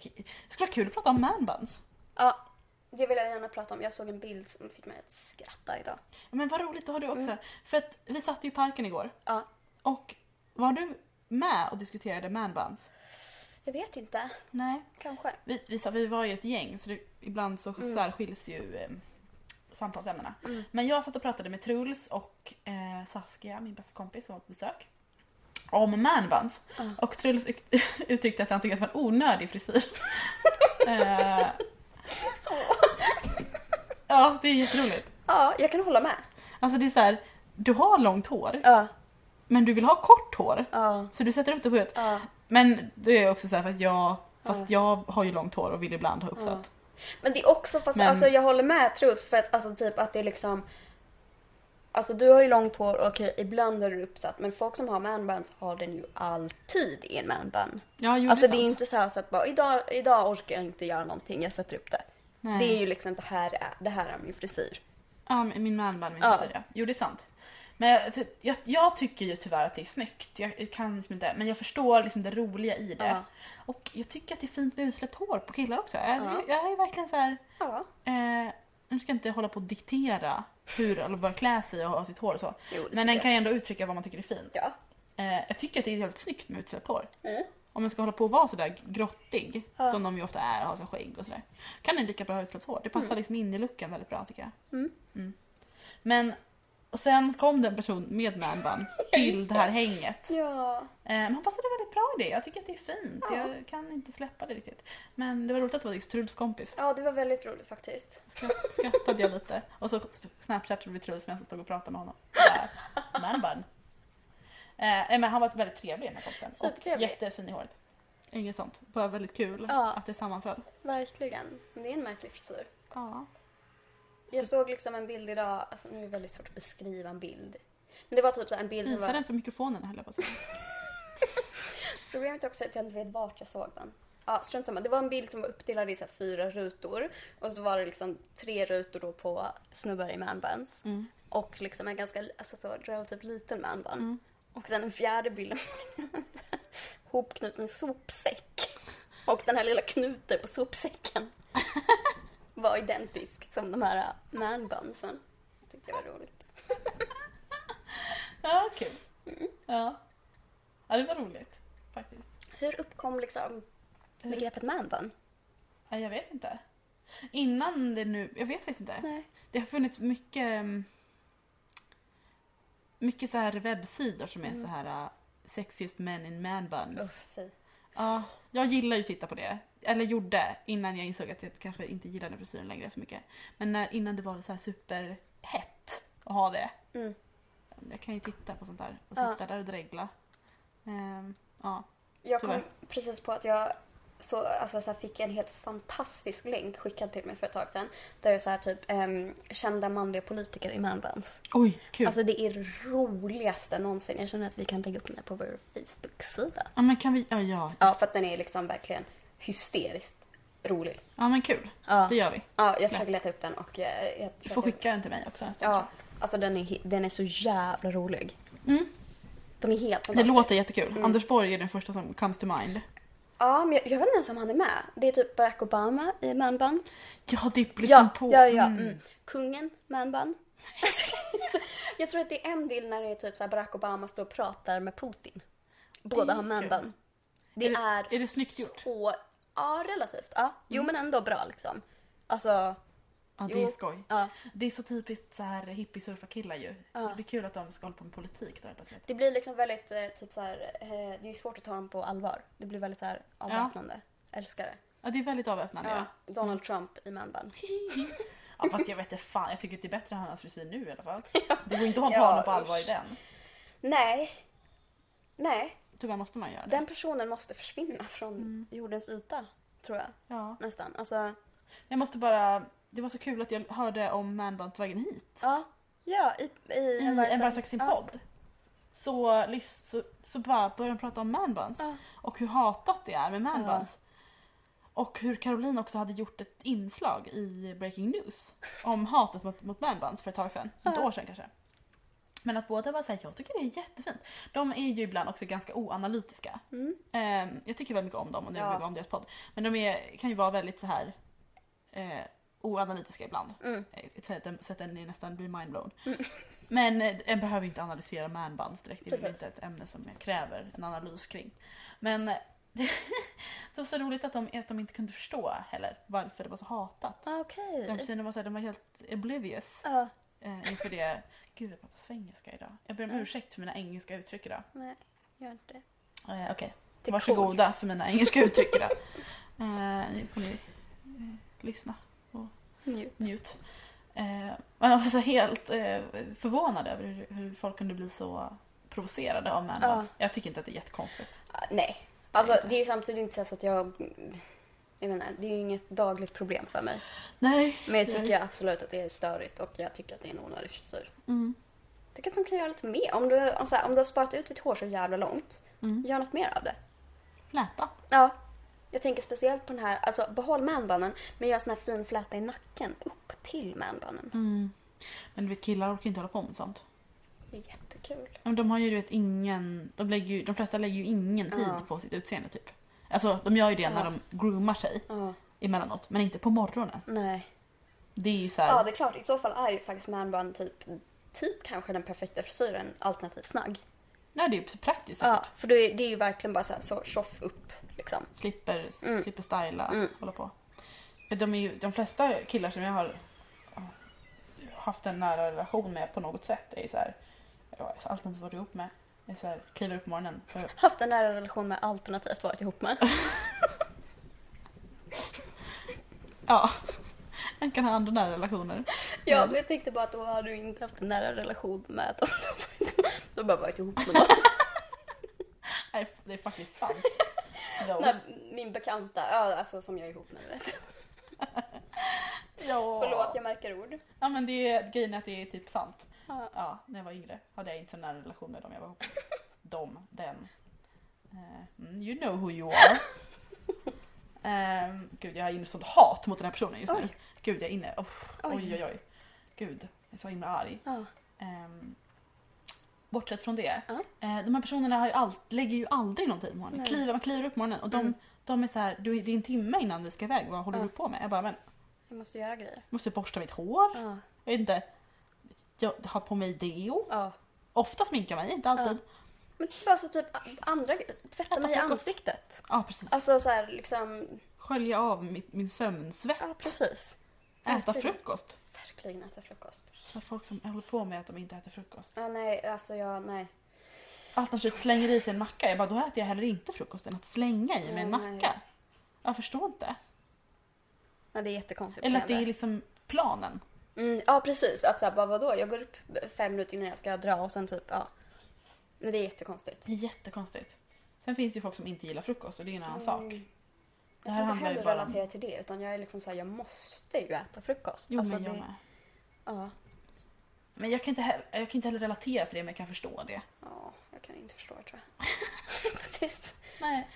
Speaker 3: det skulle vara kul att prata om manbands.
Speaker 4: Ja, det vill jag gärna prata om. Jag såg en bild som fick mig att skratta idag.
Speaker 3: Men vad roligt att ha du också. För att vi satt ju i parken igår.
Speaker 4: Mm. Ja,
Speaker 3: Och var du med och diskuterade manbands?
Speaker 4: jag vet inte.
Speaker 3: Nej.
Speaker 4: Kanske.
Speaker 3: Vi, vi, sa, vi var ju ett gäng så det, ibland så
Speaker 4: Mm.
Speaker 3: särskiljs ju eh, samtalsämnena. Men jag satt och pratade med Truls och eh, Saskia, min bästa kompis som var på besök. Om manbands. Och Truls ut- [LAUGHS] uttryckte att han tyckte att det var en onödig frisyr. [LAUGHS] eh, ja, det är jätteroligt.
Speaker 4: Ja, jag kan hålla med.
Speaker 3: Alltså det är så här, du har långt hår
Speaker 4: Ja,
Speaker 3: men du vill ha kort hår.
Speaker 4: ja,
Speaker 3: Så du sätter upp det på huvudet.
Speaker 4: ja.
Speaker 3: Men det är också så här för att jag, fast jag har ju långt hår och vill ibland ha uppsatt.
Speaker 4: Men det är också, fast
Speaker 3: Men-
Speaker 4: alltså, jag håller med Truls för att alltså, typ att det är liksom Alltså du har ju långt hår och okej, ibland är du uppsatt men folk som har manbuns har den ju alltid i en manbun.
Speaker 3: Ja, jo,
Speaker 4: Alltså
Speaker 3: det
Speaker 4: det
Speaker 3: är
Speaker 4: är ju
Speaker 3: sant.
Speaker 4: inte så här så att bara idag, idag orkar jag inte göra någonting, jag sätter upp det.
Speaker 3: Nej.
Speaker 4: Det är ju liksom det här är, det här är min frisyr.
Speaker 3: Ja, men min manband, min
Speaker 4: Ja.
Speaker 3: frisyr ja. Jo det är sant. Men jag, jag, jag tycker ju tyvärr att det är snyggt. Jag kan liksom inte, men jag förstår liksom det roliga i det.
Speaker 4: Ja.
Speaker 3: Och jag tycker att det är fint med utsläppt hår på killar också. Jag,
Speaker 4: Ja.
Speaker 3: jag är verkligen så här.
Speaker 4: Ja.
Speaker 3: Eh, nu ska jag inte hålla på och diktera hur alla bör klä sig och ha sitt hår och så.
Speaker 4: Jo, det
Speaker 3: Men
Speaker 4: tycker
Speaker 3: den kan ju ändå uttrycka vad man tycker är fint.
Speaker 4: Ja.
Speaker 3: Eh, jag tycker att det är jävligt snyggt med utsläppt hår.
Speaker 4: Mm.
Speaker 3: Om man ska hålla på och vara sådär grottig,
Speaker 4: Ja.
Speaker 3: som de ju ofta är, har så skägg och sådär. Kan den lika bra ha utsläppt hår. Det passar liksom in i looken väldigt bra tycker jag.
Speaker 4: Mm.
Speaker 3: Men, och sen kom den person
Speaker 4: [LAUGHS]
Speaker 3: med manbun till det här hänget. Eh,
Speaker 4: Ja.
Speaker 3: men han passade väldigt bra i det. Jag tycker att det är fint.
Speaker 4: Ja.
Speaker 3: Jag kan inte släppa det riktigt. Men det var roligt att det var just Truls kompis.
Speaker 4: Ja, det var väldigt roligt faktiskt.
Speaker 3: Skratt, skrattade jag lite. Och så snapchattade vi Truls medan jag stod och pratade med honom. Där. Manbun. Eh, nej, men han var väldigt trevlig den här kompisen. Och
Speaker 4: Supertrevlig.
Speaker 3: jättefin i håret. Inget sånt. Bara väldigt kul
Speaker 4: Ja.
Speaker 3: att det sammanföll.
Speaker 4: Verkligen. Men det är en märklig frisyr.
Speaker 3: Ja.
Speaker 4: Jag såg liksom en bild idag, alltså nu är det väldigt svårt att beskriva en bild. Men det var typ så här en bild som
Speaker 3: Visa
Speaker 4: var...
Speaker 3: den för mikrofonen höll jag på att säga.
Speaker 4: Problemet är också att jag inte vet vart jag såg den. Ja, strunt samma. Det var en bild som var uppdelad i så här fyra rutor och så var det liksom tre rutor då på snubbar i manbands
Speaker 3: Mm.
Speaker 4: och liksom en ganska alltså så, relativt liten manband.
Speaker 3: Mm.
Speaker 4: Och sen den fjärde bilden [LAUGHS] hopknuten sopsäck och den här lilla knuten på sopsäcken
Speaker 3: [LAUGHS]
Speaker 4: var identisk som de här äh, manbandsen. Tyckte jag var roligt. Mm.
Speaker 3: Ja, kul. Ja. ja, det var roligt faktiskt.
Speaker 4: Hur uppkom liksom begreppet manband?
Speaker 3: Ja, jag vet inte. Innan det nu, jag vet faktiskt inte.
Speaker 4: Nej.
Speaker 3: Det har funnits mycket mm, mycket så här webbsidor som är så här uh, sexiest men in man buns.
Speaker 4: Mm. Uff, fy.
Speaker 3: Ja, jag gillar ju att titta på det. Eller gjorde innan jag insåg att jag kanske inte gillade frisyren längre så mycket. Men när, innan det var så här superhett att ha det.
Speaker 4: Mm.
Speaker 3: Jag kan ju titta på sånt där och
Speaker 4: Ja.
Speaker 3: sitta där och dregla. Ehm, ja.
Speaker 4: Jag kom
Speaker 3: Tyvärr.
Speaker 4: precis på att jag så, alltså, så här, fick en helt fantastisk länk skickad till mig för ett tag sedan. Där det är så här, typ ehm, kända manliga politiker i manbands.
Speaker 3: Oj, kul.
Speaker 4: Alltså det är det roligaste någonsin. Jag känner att vi kan lägga upp den här på vår Facebook-sida.
Speaker 3: ja men kan vi, ja ja.
Speaker 4: Ja, för att den är liksom verkligen hysteriskt rolig.
Speaker 3: Ja men kul.
Speaker 4: Ja,
Speaker 3: Det gör vi.
Speaker 4: ja jag försöker
Speaker 3: lätt.
Speaker 4: leta upp den och eh, jag, jag
Speaker 3: Du
Speaker 4: tror
Speaker 3: får
Speaker 4: att jag-
Speaker 3: skicka den till mig också nästa
Speaker 4: Ja, alltså den är, he- den är så jävla rolig.
Speaker 3: Mm.
Speaker 4: Den är helt
Speaker 3: Det
Speaker 4: fantastisk.
Speaker 3: låter jättekul.
Speaker 4: Mm.
Speaker 3: Anders Borg är den första som comes to mind.
Speaker 4: Ja, men jag, jag vet inte ens om han är med. Det är typ Barack Obama i manband.
Speaker 3: Ja, det blir
Speaker 4: Ja,
Speaker 3: som på.
Speaker 4: ja, ja.
Speaker 3: Mm.
Speaker 4: Mm. Kungen med en band. Alltså, det är så- [LAUGHS] jag tror att det är en bild när det är typ så här Barack Obama står och pratar med Putin.
Speaker 3: Det
Speaker 4: Båda
Speaker 3: är
Speaker 4: har
Speaker 3: kul.
Speaker 4: manband. Det
Speaker 3: Är
Speaker 4: är,
Speaker 3: det- är det snyggt gjort? Mm.
Speaker 4: Så, ja, relativt. Ja. Jo, men ändå bra liksom. Alltså,
Speaker 3: Ja, det
Speaker 4: Jo.
Speaker 3: är skoj.
Speaker 4: ja.
Speaker 3: Det är så typiskt så här hippiesurfarkillar ju.
Speaker 4: Ja.
Speaker 3: Det är kul att de ska hålla på med politik då helt plötsligt.
Speaker 4: Det blir liksom väldigt eh, typ så här, eh, det är ju svårt att ta dem på allvar. Det blir väldigt så här avväpnande. Älskar det.
Speaker 3: Ja, det är väldigt avväpnande. Ja.
Speaker 4: Donald Trump i manband.
Speaker 3: Ja. Ja, fast jag vet inte fan, jag tycker att det är bättre än hans frisyr nu i alla fall. Det går inte att ha en plan
Speaker 4: [LAUGHS] Ja,
Speaker 3: på allvar i
Speaker 4: usch.
Speaker 3: den.
Speaker 4: Nej. Nej,
Speaker 3: Tyvärr måste man göra det.
Speaker 4: den personen måste försvinna från
Speaker 3: Mm.
Speaker 4: jordens yta. Tror jag
Speaker 3: Ja.
Speaker 4: nästan. Alltså,
Speaker 3: Jag måste bara, det var så kul att jag hörde om manband på vägen hit.
Speaker 4: ja. Ja, i, i
Speaker 3: I en Bergsak sin
Speaker 4: Ja.
Speaker 3: podd. Så, lys- så, så bara började de prata om manbands
Speaker 4: Ja.
Speaker 3: och hur hatat det är med manbands. Och hur Caroline också hade gjort ett inslag i Breaking News om hatet mot, mot manbands för ett tag sedan, ett
Speaker 4: Ja.
Speaker 3: år sedan kanske. Men att båda bara säger jag tycker det är jättefint. De är ju ibland också ganska oanalytiska.
Speaker 4: Mm.
Speaker 3: Ehm, jag tycker väldigt mycket om dem och nu
Speaker 4: Ja.
Speaker 3: mycket om deras podd. Men de är, kan ju vara väldigt så här eh, oanalytiska ibland.
Speaker 4: Mm.
Speaker 3: Eh, Så att den, så att den är nästan blir mindblown. Men eh, en behöver inte analysera manbands direkt. Det är väl
Speaker 4: Precis.
Speaker 3: inte ett ämne som jag kräver en analys kring. Men eh, [LAUGHS] det, det var så roligt att de, att de inte kunde förstå heller varför det var så hatat.
Speaker 4: Ah, Okej.
Speaker 3: De, tjejerna var så här, de var helt oblivious
Speaker 4: Ja,
Speaker 3: eh, inför det. Gud, jag pratar svengelska idag. Jag ber om
Speaker 4: Mm.
Speaker 3: ursäkt för mina engelska uttryck idag.
Speaker 4: nej. Gör inte det.
Speaker 3: Eh, Okej.
Speaker 4: det är
Speaker 3: Varsågoda
Speaker 4: coolt.
Speaker 3: för mina engelska uttryck idag. eh, nu får ni eh, lyssna.
Speaker 4: Njut.
Speaker 3: Njut. Eh, man var så helt eh, förvånad över hur, hur folk kunde bli så provocerade av män.
Speaker 4: Ja.
Speaker 3: Jag tycker inte att det är jättekonstigt.
Speaker 4: Ah, nej. Alltså,
Speaker 3: inte.
Speaker 4: det är ju samtidigt inte så att jag... Jag menar, det är ju inget dagligt problem för mig.
Speaker 3: Nej.
Speaker 4: Men jag tycker
Speaker 3: Nej.
Speaker 4: absolut att det är störigt och jag tycker att det är en onödig frisyr.
Speaker 3: Mm.
Speaker 4: Jag tycker att de kan göra lite mer. Om du, om, så här, om du har sparat ut ditt hår så jävla långt,
Speaker 3: Mm.
Speaker 4: gör något mer av det.
Speaker 3: Fläta.
Speaker 4: Ja. Jag tänker speciellt på den här, alltså behåll manbunnen men gör en sån här fin fläta i nacken upp till manbunnen.
Speaker 3: Mm. Men du vet killar orkar ju inte hålla på med sånt.
Speaker 4: Det är jättekul.
Speaker 3: Men De har ju du vet ingen, de, lägger ju, de flesta lägger ju ingen tid
Speaker 4: Ja.
Speaker 3: på sitt utseende typ. Alltså de gör ju det när
Speaker 4: Ja.
Speaker 3: de groomar sig
Speaker 4: Ja.
Speaker 3: emellanåt men inte på morgonen.
Speaker 4: Nej.
Speaker 3: Det är ju så här,
Speaker 4: Ja, det är klart. I så fall är ju faktiskt manbun typ, typ kanske den perfekta frisyren alternativt snagg.
Speaker 3: nej det är ju praktiskt säkert.
Speaker 4: Ja, för det är, det är ju verkligen bara så här, så tjoff upp liksom.
Speaker 3: slipper,
Speaker 4: Mm.
Speaker 3: slipper styla,
Speaker 4: Mm.
Speaker 3: hålla på. De, är ju, de flesta killar som jag har ja, haft en nära relation med på något sätt är ju så här, ja, allt inte varit ihop med, är så här, kliver upp på morgonen. För,
Speaker 4: Haft en nära relation med alternativt varit ihop [LAUGHS] med.
Speaker 3: ja, man kan ha andra nära relationer.
Speaker 4: Ja,
Speaker 3: Men-
Speaker 4: men jag tänkte bara att då har du inte haft en nära relation med att [LAUGHS] du har varit- du har bara varit ihop [LAUGHS] med någon.
Speaker 3: Nej, det är faktiskt sant. Jo.
Speaker 4: Nej, min bekanta, ja, alltså som jag är ihop med. Vet. du.
Speaker 3: Ja.
Speaker 4: Förlåt, jag märker ord.
Speaker 3: Ja men det är, grejen är att det är typ sant.
Speaker 4: Ja.
Speaker 3: Ja, när jag var yngre hade jag inte så nära relation med dem jag
Speaker 4: [LAUGHS]
Speaker 3: var ihop med. Dem, den. Eh, mm, you know who you
Speaker 4: [LAUGHS]
Speaker 3: are. Ehm, gud jag är inne i sånt hat mot den här personen just nu.
Speaker 4: Oj.
Speaker 3: Gud jag är inne, oh,
Speaker 4: Oj.
Speaker 3: oj. oj oj Gud, jag är så himla arg.
Speaker 4: Ja.
Speaker 3: Ehm, bortsett från det.
Speaker 4: Ja.
Speaker 3: Eh, de här personerna har ju allt, lägger ju aldrig någon tid på morgonen.
Speaker 4: Nej.
Speaker 3: Kliver, man kliver upp på morgonen och de,
Speaker 4: Mm.
Speaker 3: de är så här, du, det är en timme innan vi ska iväg, vad håller
Speaker 4: Ja.
Speaker 3: du på med? Jag bara, men
Speaker 4: Jag måste göra grejer.
Speaker 3: jag måste borsta mitt hår.
Speaker 4: Ja.
Speaker 3: Jag vet inte. Jag har på mig deo.
Speaker 4: ja.
Speaker 3: Ofta sminkar man mig, inte alltid.
Speaker 4: Men typ alltså typ andra tvätta
Speaker 3: Äta
Speaker 4: mig i
Speaker 3: frukost.
Speaker 4: ansiktet.
Speaker 3: Ja, precis.
Speaker 4: Alltså så här liksom,
Speaker 3: Skölja av mitt, min sömnsvett.
Speaker 4: ja precis.
Speaker 3: äta
Speaker 4: verkligen.
Speaker 3: frukost.
Speaker 4: Verkligen äta frukost.
Speaker 3: Så folk som håller på med att de inte äter frukost.
Speaker 4: Ja, nej, alltså jag, nej.
Speaker 3: Alternativt typ slänger i sig en macka. Jag bara, då äter jag heller inte frukost än att slänga i mig en
Speaker 4: Nej.
Speaker 3: macka. Jag förstår inte.
Speaker 4: nej det är jättekonstigt.
Speaker 3: Eller att det är
Speaker 4: beteende.
Speaker 3: liksom planen.
Speaker 4: Mm, ja precis, att såhär bara vadå, jag går upp fem minuter innan jag ska dra och sen typ ja. Men det är jättekonstigt.
Speaker 3: Det är jättekonstigt. Sen finns det ju folk som inte gillar frukost och det är en annan sak.
Speaker 4: Mm.
Speaker 3: Det
Speaker 4: Jag
Speaker 3: här
Speaker 4: kan inte
Speaker 3: handlar ju
Speaker 4: heller
Speaker 3: bara om-
Speaker 4: relatera till det utan jag är liksom såhär, jag måste ju äta frukost.
Speaker 3: Jo,
Speaker 4: Alltså,
Speaker 3: men jag
Speaker 4: det,
Speaker 3: med.
Speaker 4: ja,
Speaker 3: Men jag kan, inte heller, jag kan inte heller relatera till det, men jag kan förstå det.
Speaker 4: ja, jag kan inte förstå det tror jag.
Speaker 3: [LAUGHS]
Speaker 4: Faktiskt.
Speaker 3: Nej.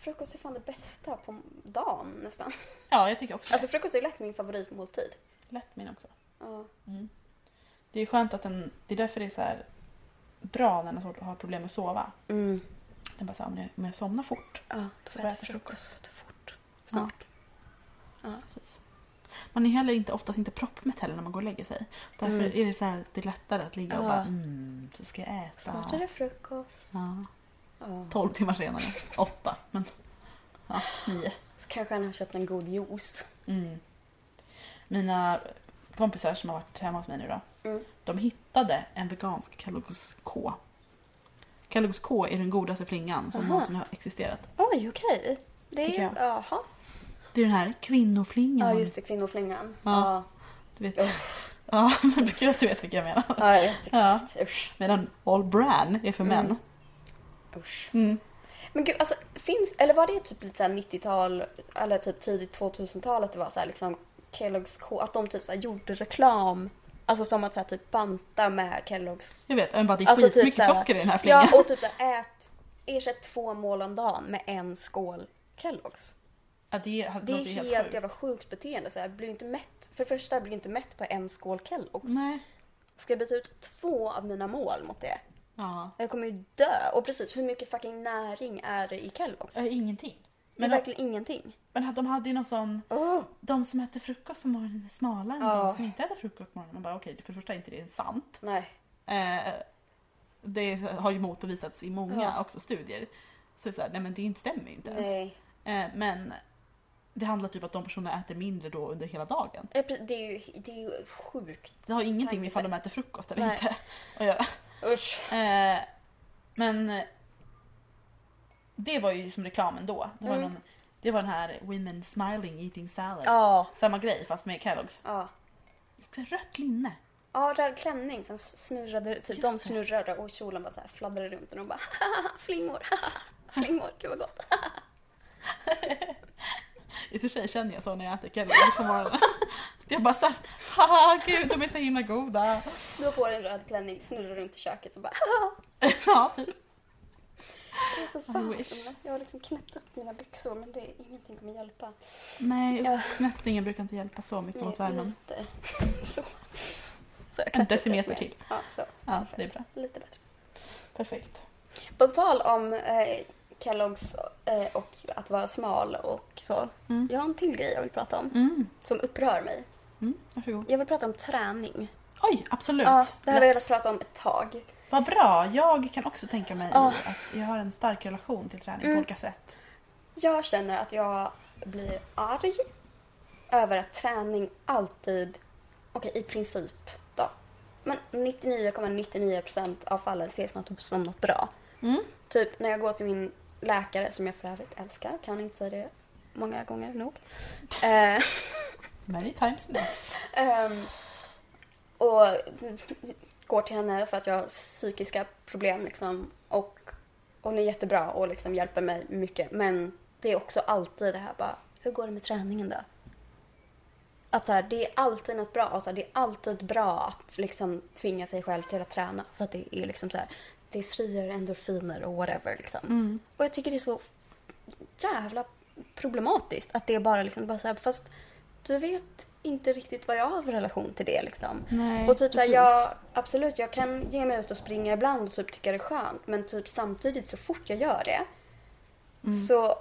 Speaker 4: Frukost är fan det bästa på dagen nästan.
Speaker 3: Ja, jag tycker också
Speaker 4: Alltså frukost är lätt min favoritmåltid.
Speaker 3: Lätt min också.
Speaker 4: Ja.
Speaker 3: Mm. Det är ju skönt att den, det är därför det är så här bra när den har- har problem med att sova.
Speaker 4: Mm.
Speaker 3: Den bara så här, om jag, om jag somnar fort.
Speaker 4: Ja, då får jag äta frukost fort. Snart.
Speaker 3: Precis. Man är heller inte, oftast inte proppmätt heller när man går och lägger sig. Därför
Speaker 4: Mm.
Speaker 3: är det så här, det är lättare att ligga och
Speaker 4: Ja.
Speaker 3: bara mm, så ska jag äta.
Speaker 4: Snart är det frukost.
Speaker 3: Ja,
Speaker 4: Ja.
Speaker 3: 12 timmar senare. Åtta, men ja, nio.
Speaker 4: Så kanske han har köpt en god juice.
Speaker 3: Mm. Mina kompisar som har varit hemma hos mig nu då.
Speaker 4: Mm.
Speaker 3: De hittade en vegansk Kellogg's K. Kellogg's K är den godaste flingan som
Speaker 4: Aha.
Speaker 3: någonsin har existerat.
Speaker 4: Oj, okej. Det
Speaker 3: Tycker
Speaker 4: är...
Speaker 3: jag.
Speaker 4: Jaha.
Speaker 3: Det är den här kvinnoflingan.
Speaker 4: Ja, just det. Kvinnoflingan.
Speaker 3: Ja. Du vet. Ja, [LAUGHS] men du vet, du vet vilka jag menar.
Speaker 4: Ja, jag vet exakt. Usch.
Speaker 3: Medan all bran är för
Speaker 4: Mm.
Speaker 3: män.
Speaker 4: Usch.
Speaker 3: Mm.
Speaker 4: Men gud, alltså finns, eller var det typ lite såhär 90-tal eller typ tidigt 2000-tal att det var såhär liksom Kellogg's K, att de typ såhär gjorde reklam. Alltså som att såhär typ banta med Kellogg's.
Speaker 3: Jag vet, men bara det är
Speaker 4: Alltså, typ
Speaker 3: skitmycket
Speaker 4: såhär-
Speaker 3: socker i den här flingan.
Speaker 4: Ja, och typ såhär ät, ersätt två mål om dagen med en skål Kellogg's.
Speaker 3: Ja, det,
Speaker 4: Det är
Speaker 3: låter ju
Speaker 4: helt,
Speaker 3: sjukt.
Speaker 4: jävla sjukt beteende. Så jag blir ju inte mätt. För det första blir jag inte mätt på en skål Kellogg's.
Speaker 3: Nej.
Speaker 4: Ska jag byta ut två av mina mål mot det?
Speaker 3: Ja.
Speaker 4: Jag kommer ju dö. Och precis, hur mycket fucking näring är det i Kellogg's?
Speaker 3: Äh, ingenting.
Speaker 4: det är
Speaker 3: Men,
Speaker 4: verkligen ingenting.
Speaker 3: men de hade ju någon sån,
Speaker 4: Oh.
Speaker 3: de som äter frukost på morgonen är smalare än
Speaker 4: Ja.
Speaker 3: de som inte äter frukost på morgonen. Man bara okej, för det första är inte det sant.
Speaker 4: Nej.
Speaker 3: Eh, det har ju motbevisats i många
Speaker 4: Ja.
Speaker 3: också studier. Så det är så här, nej men det inte stämmer ju inte ens.
Speaker 4: Nej.
Speaker 3: Eh, men det handlar typ om att de personerna äter mindre då under hela dagen.
Speaker 4: Ja, precis, Det är ju, det är ju sjukt.
Speaker 3: Det har ingenting med ifall de äter frukost eller
Speaker 4: Nej.
Speaker 3: inte att göra.
Speaker 4: Usch.
Speaker 3: Eh, men eh, det var ju som reklamen då. Det var,
Speaker 4: Mm.
Speaker 3: någon, det var den här Women smiling eating salad.
Speaker 4: Ja.
Speaker 3: Samma grej fast med Kellogg's.
Speaker 4: Ja.
Speaker 3: Också Rött linne. [LAUGHS]
Speaker 4: Ja, röd klänning som snurrade, typ
Speaker 3: Just
Speaker 4: de
Speaker 3: det.
Speaker 4: snurrade och kjolen bara så här fladdrade runt och de bara "Hahaha, flingor, flingor, gud vad gott.
Speaker 3: I och för sig känner jag så när jag äter Kellogg's på morgonen. [LAUGHS] jag bara såhär, haha gud de är så himla goda. [LAUGHS]
Speaker 4: Du har på dig en röd klänning, snurrar runt i köket och bara
Speaker 3: ja, typ.
Speaker 4: Det är så
Speaker 3: I wish.
Speaker 4: fan. Jag har liksom knäppt upp mina byxor men det är ingenting kommer hjälpa.
Speaker 3: Nej,
Speaker 4: Ja.
Speaker 3: knäppningen brukar inte hjälpa så mycket mot värmen.
Speaker 4: Lite. [LAUGHS] Så. så jag
Speaker 3: En
Speaker 4: knäppte upp
Speaker 3: decimeter
Speaker 4: mer.
Speaker 3: till.
Speaker 4: Ja, så.
Speaker 3: Ja, det är bra.
Speaker 4: Lite bättre.
Speaker 3: Perfekt.
Speaker 4: På tal om eh, Kellogg's eh, och att vara smal och så.
Speaker 3: Mm.
Speaker 4: Jag har en till grej jag vill prata om
Speaker 3: Mm.
Speaker 4: som upprör mig.
Speaker 3: Mm. Varsågod.
Speaker 4: Jag vill prata om träning.
Speaker 3: Oj, absolut.
Speaker 4: Ja, det här har jag
Speaker 3: Lätt.
Speaker 4: velat prata om ett tag.
Speaker 3: Vad bra! Jag kan också tänka mig
Speaker 4: Ja.
Speaker 3: att jag har en stark relation till träning
Speaker 4: Mm.
Speaker 3: på olika sätt.
Speaker 4: Jag känner att jag blir arg över att träning alltid, okej i princip då, men 99,99% av fallen ses något som något bra.
Speaker 3: Mm.
Speaker 4: Typ när jag går till min läkare, som jag för övrigt älskar, kan inte säga det många gånger nog. Eh,
Speaker 3: Many times now.
Speaker 4: ehm, och går till henne för att jag har psykiska problem liksom och hon är jättebra och liksom hjälper mig mycket men det är också alltid det här bara, hur går det med träningen då? Att så här, det är alltid något bra, alltså, det är alltid bra att liksom tvinga sig själv till att träna för att det är liksom så här, det frigör endorfiner och whatever liksom.
Speaker 3: Mm.
Speaker 4: Och jag tycker det är så jävla problematiskt att det är bara liksom bara så här, fast du vet inte riktigt vad jag har för relation till det liksom.
Speaker 3: Nej,
Speaker 4: Och typ såhär,
Speaker 3: precis.
Speaker 4: jag, absolut jag kan ge mig ut och springa ibland och typ tycka det är skönt men typ samtidigt så fort jag gör det
Speaker 3: Mm.
Speaker 4: så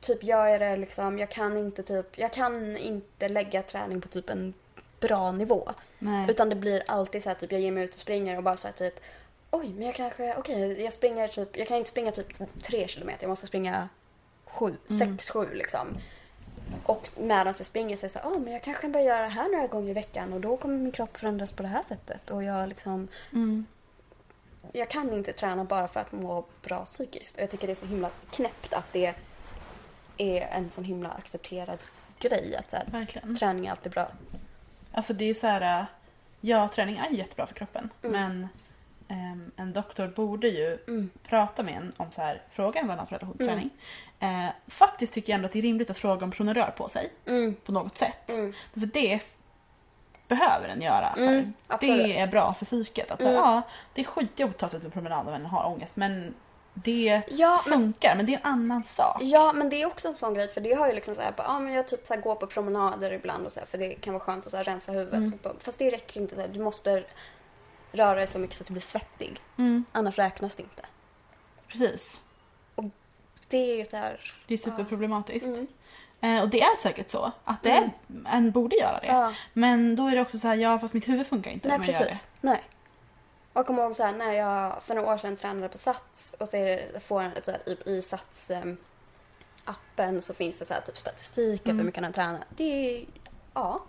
Speaker 4: typ gör jag det liksom, jag kan inte typ, jag kan inte lägga träning på typ en bra nivå.
Speaker 3: Nej.
Speaker 4: Utan det blir alltid så här, typ jag ger mig ut och springer och bara så här, typ oj, men jag kanske, okej, jag springer typ, jag kan inte springa typ tre kilometer, jag måste springa sju,
Speaker 3: Mm.
Speaker 4: sex, sju liksom. Och medan jag springer så är det så här, "Ah, men jag kanske börjar göra det här några gånger i veckan och då kommer min kropp förändras på det här sättet och jag liksom,
Speaker 3: Mm.
Speaker 4: jag kan inte träna bara för att må bra psykiskt. Och jag tycker det är så himla knäppt att det är en sån himla accepterad grej att så här,
Speaker 3: Verkligen.
Speaker 4: träning är alltid bra.
Speaker 3: Alltså det är ju så här, äh, ja träning är ju jättebra för kroppen
Speaker 4: Mm.
Speaker 3: men ehm, en doktor borde ju
Speaker 4: Mm.
Speaker 3: prata med en om så här, fråga en vad han har för relation till träning. Eh, faktiskt tycker jag ändå att det är rimligt att fråga om personen rör på sig
Speaker 4: Mm.
Speaker 3: på något sätt.
Speaker 4: Mm.
Speaker 3: För det f- behöver den göra. Så här,
Speaker 4: Mm, absolut.
Speaker 3: det är bra för psyket. Att, så här,
Speaker 4: Mm.
Speaker 3: ja, det är skitjobbigt att ta sig ut på en promenad om en har ångest men det
Speaker 4: Ja, men
Speaker 3: funkar. Men... det är en annan sak.
Speaker 4: Ja, men det är också en sån grej för det har ju liksom så här, bara, ah, men jag typ så här går på promenader ibland och så här, för det kan vara skönt att så här rensa huvudet.
Speaker 3: Mm.
Speaker 4: Så bara, fast det räcker inte, så här, du måste röra dig så mycket så att du blir svettig.
Speaker 3: Mm,
Speaker 4: Annars räknas det inte.
Speaker 3: precis.
Speaker 4: Det är ju så här...
Speaker 3: Det är superproblematiskt.
Speaker 4: Mm.
Speaker 3: Eh, och det är säkert så att det
Speaker 4: Mm.
Speaker 3: är, en borde göra det.
Speaker 4: Ja,
Speaker 3: Men då är det också så här, ja fast mitt huvud funkar inte
Speaker 4: nej
Speaker 3: om jag gör det.
Speaker 4: precis. Nej. Och jag kommer ihåg så här, när jag för några år sedan tränade på Sats och så är det, får jag så här, i, i Sats em, appen så finns det så här, typ statistik över
Speaker 3: Mm.
Speaker 4: hur mycket man har tränat. Det är ja,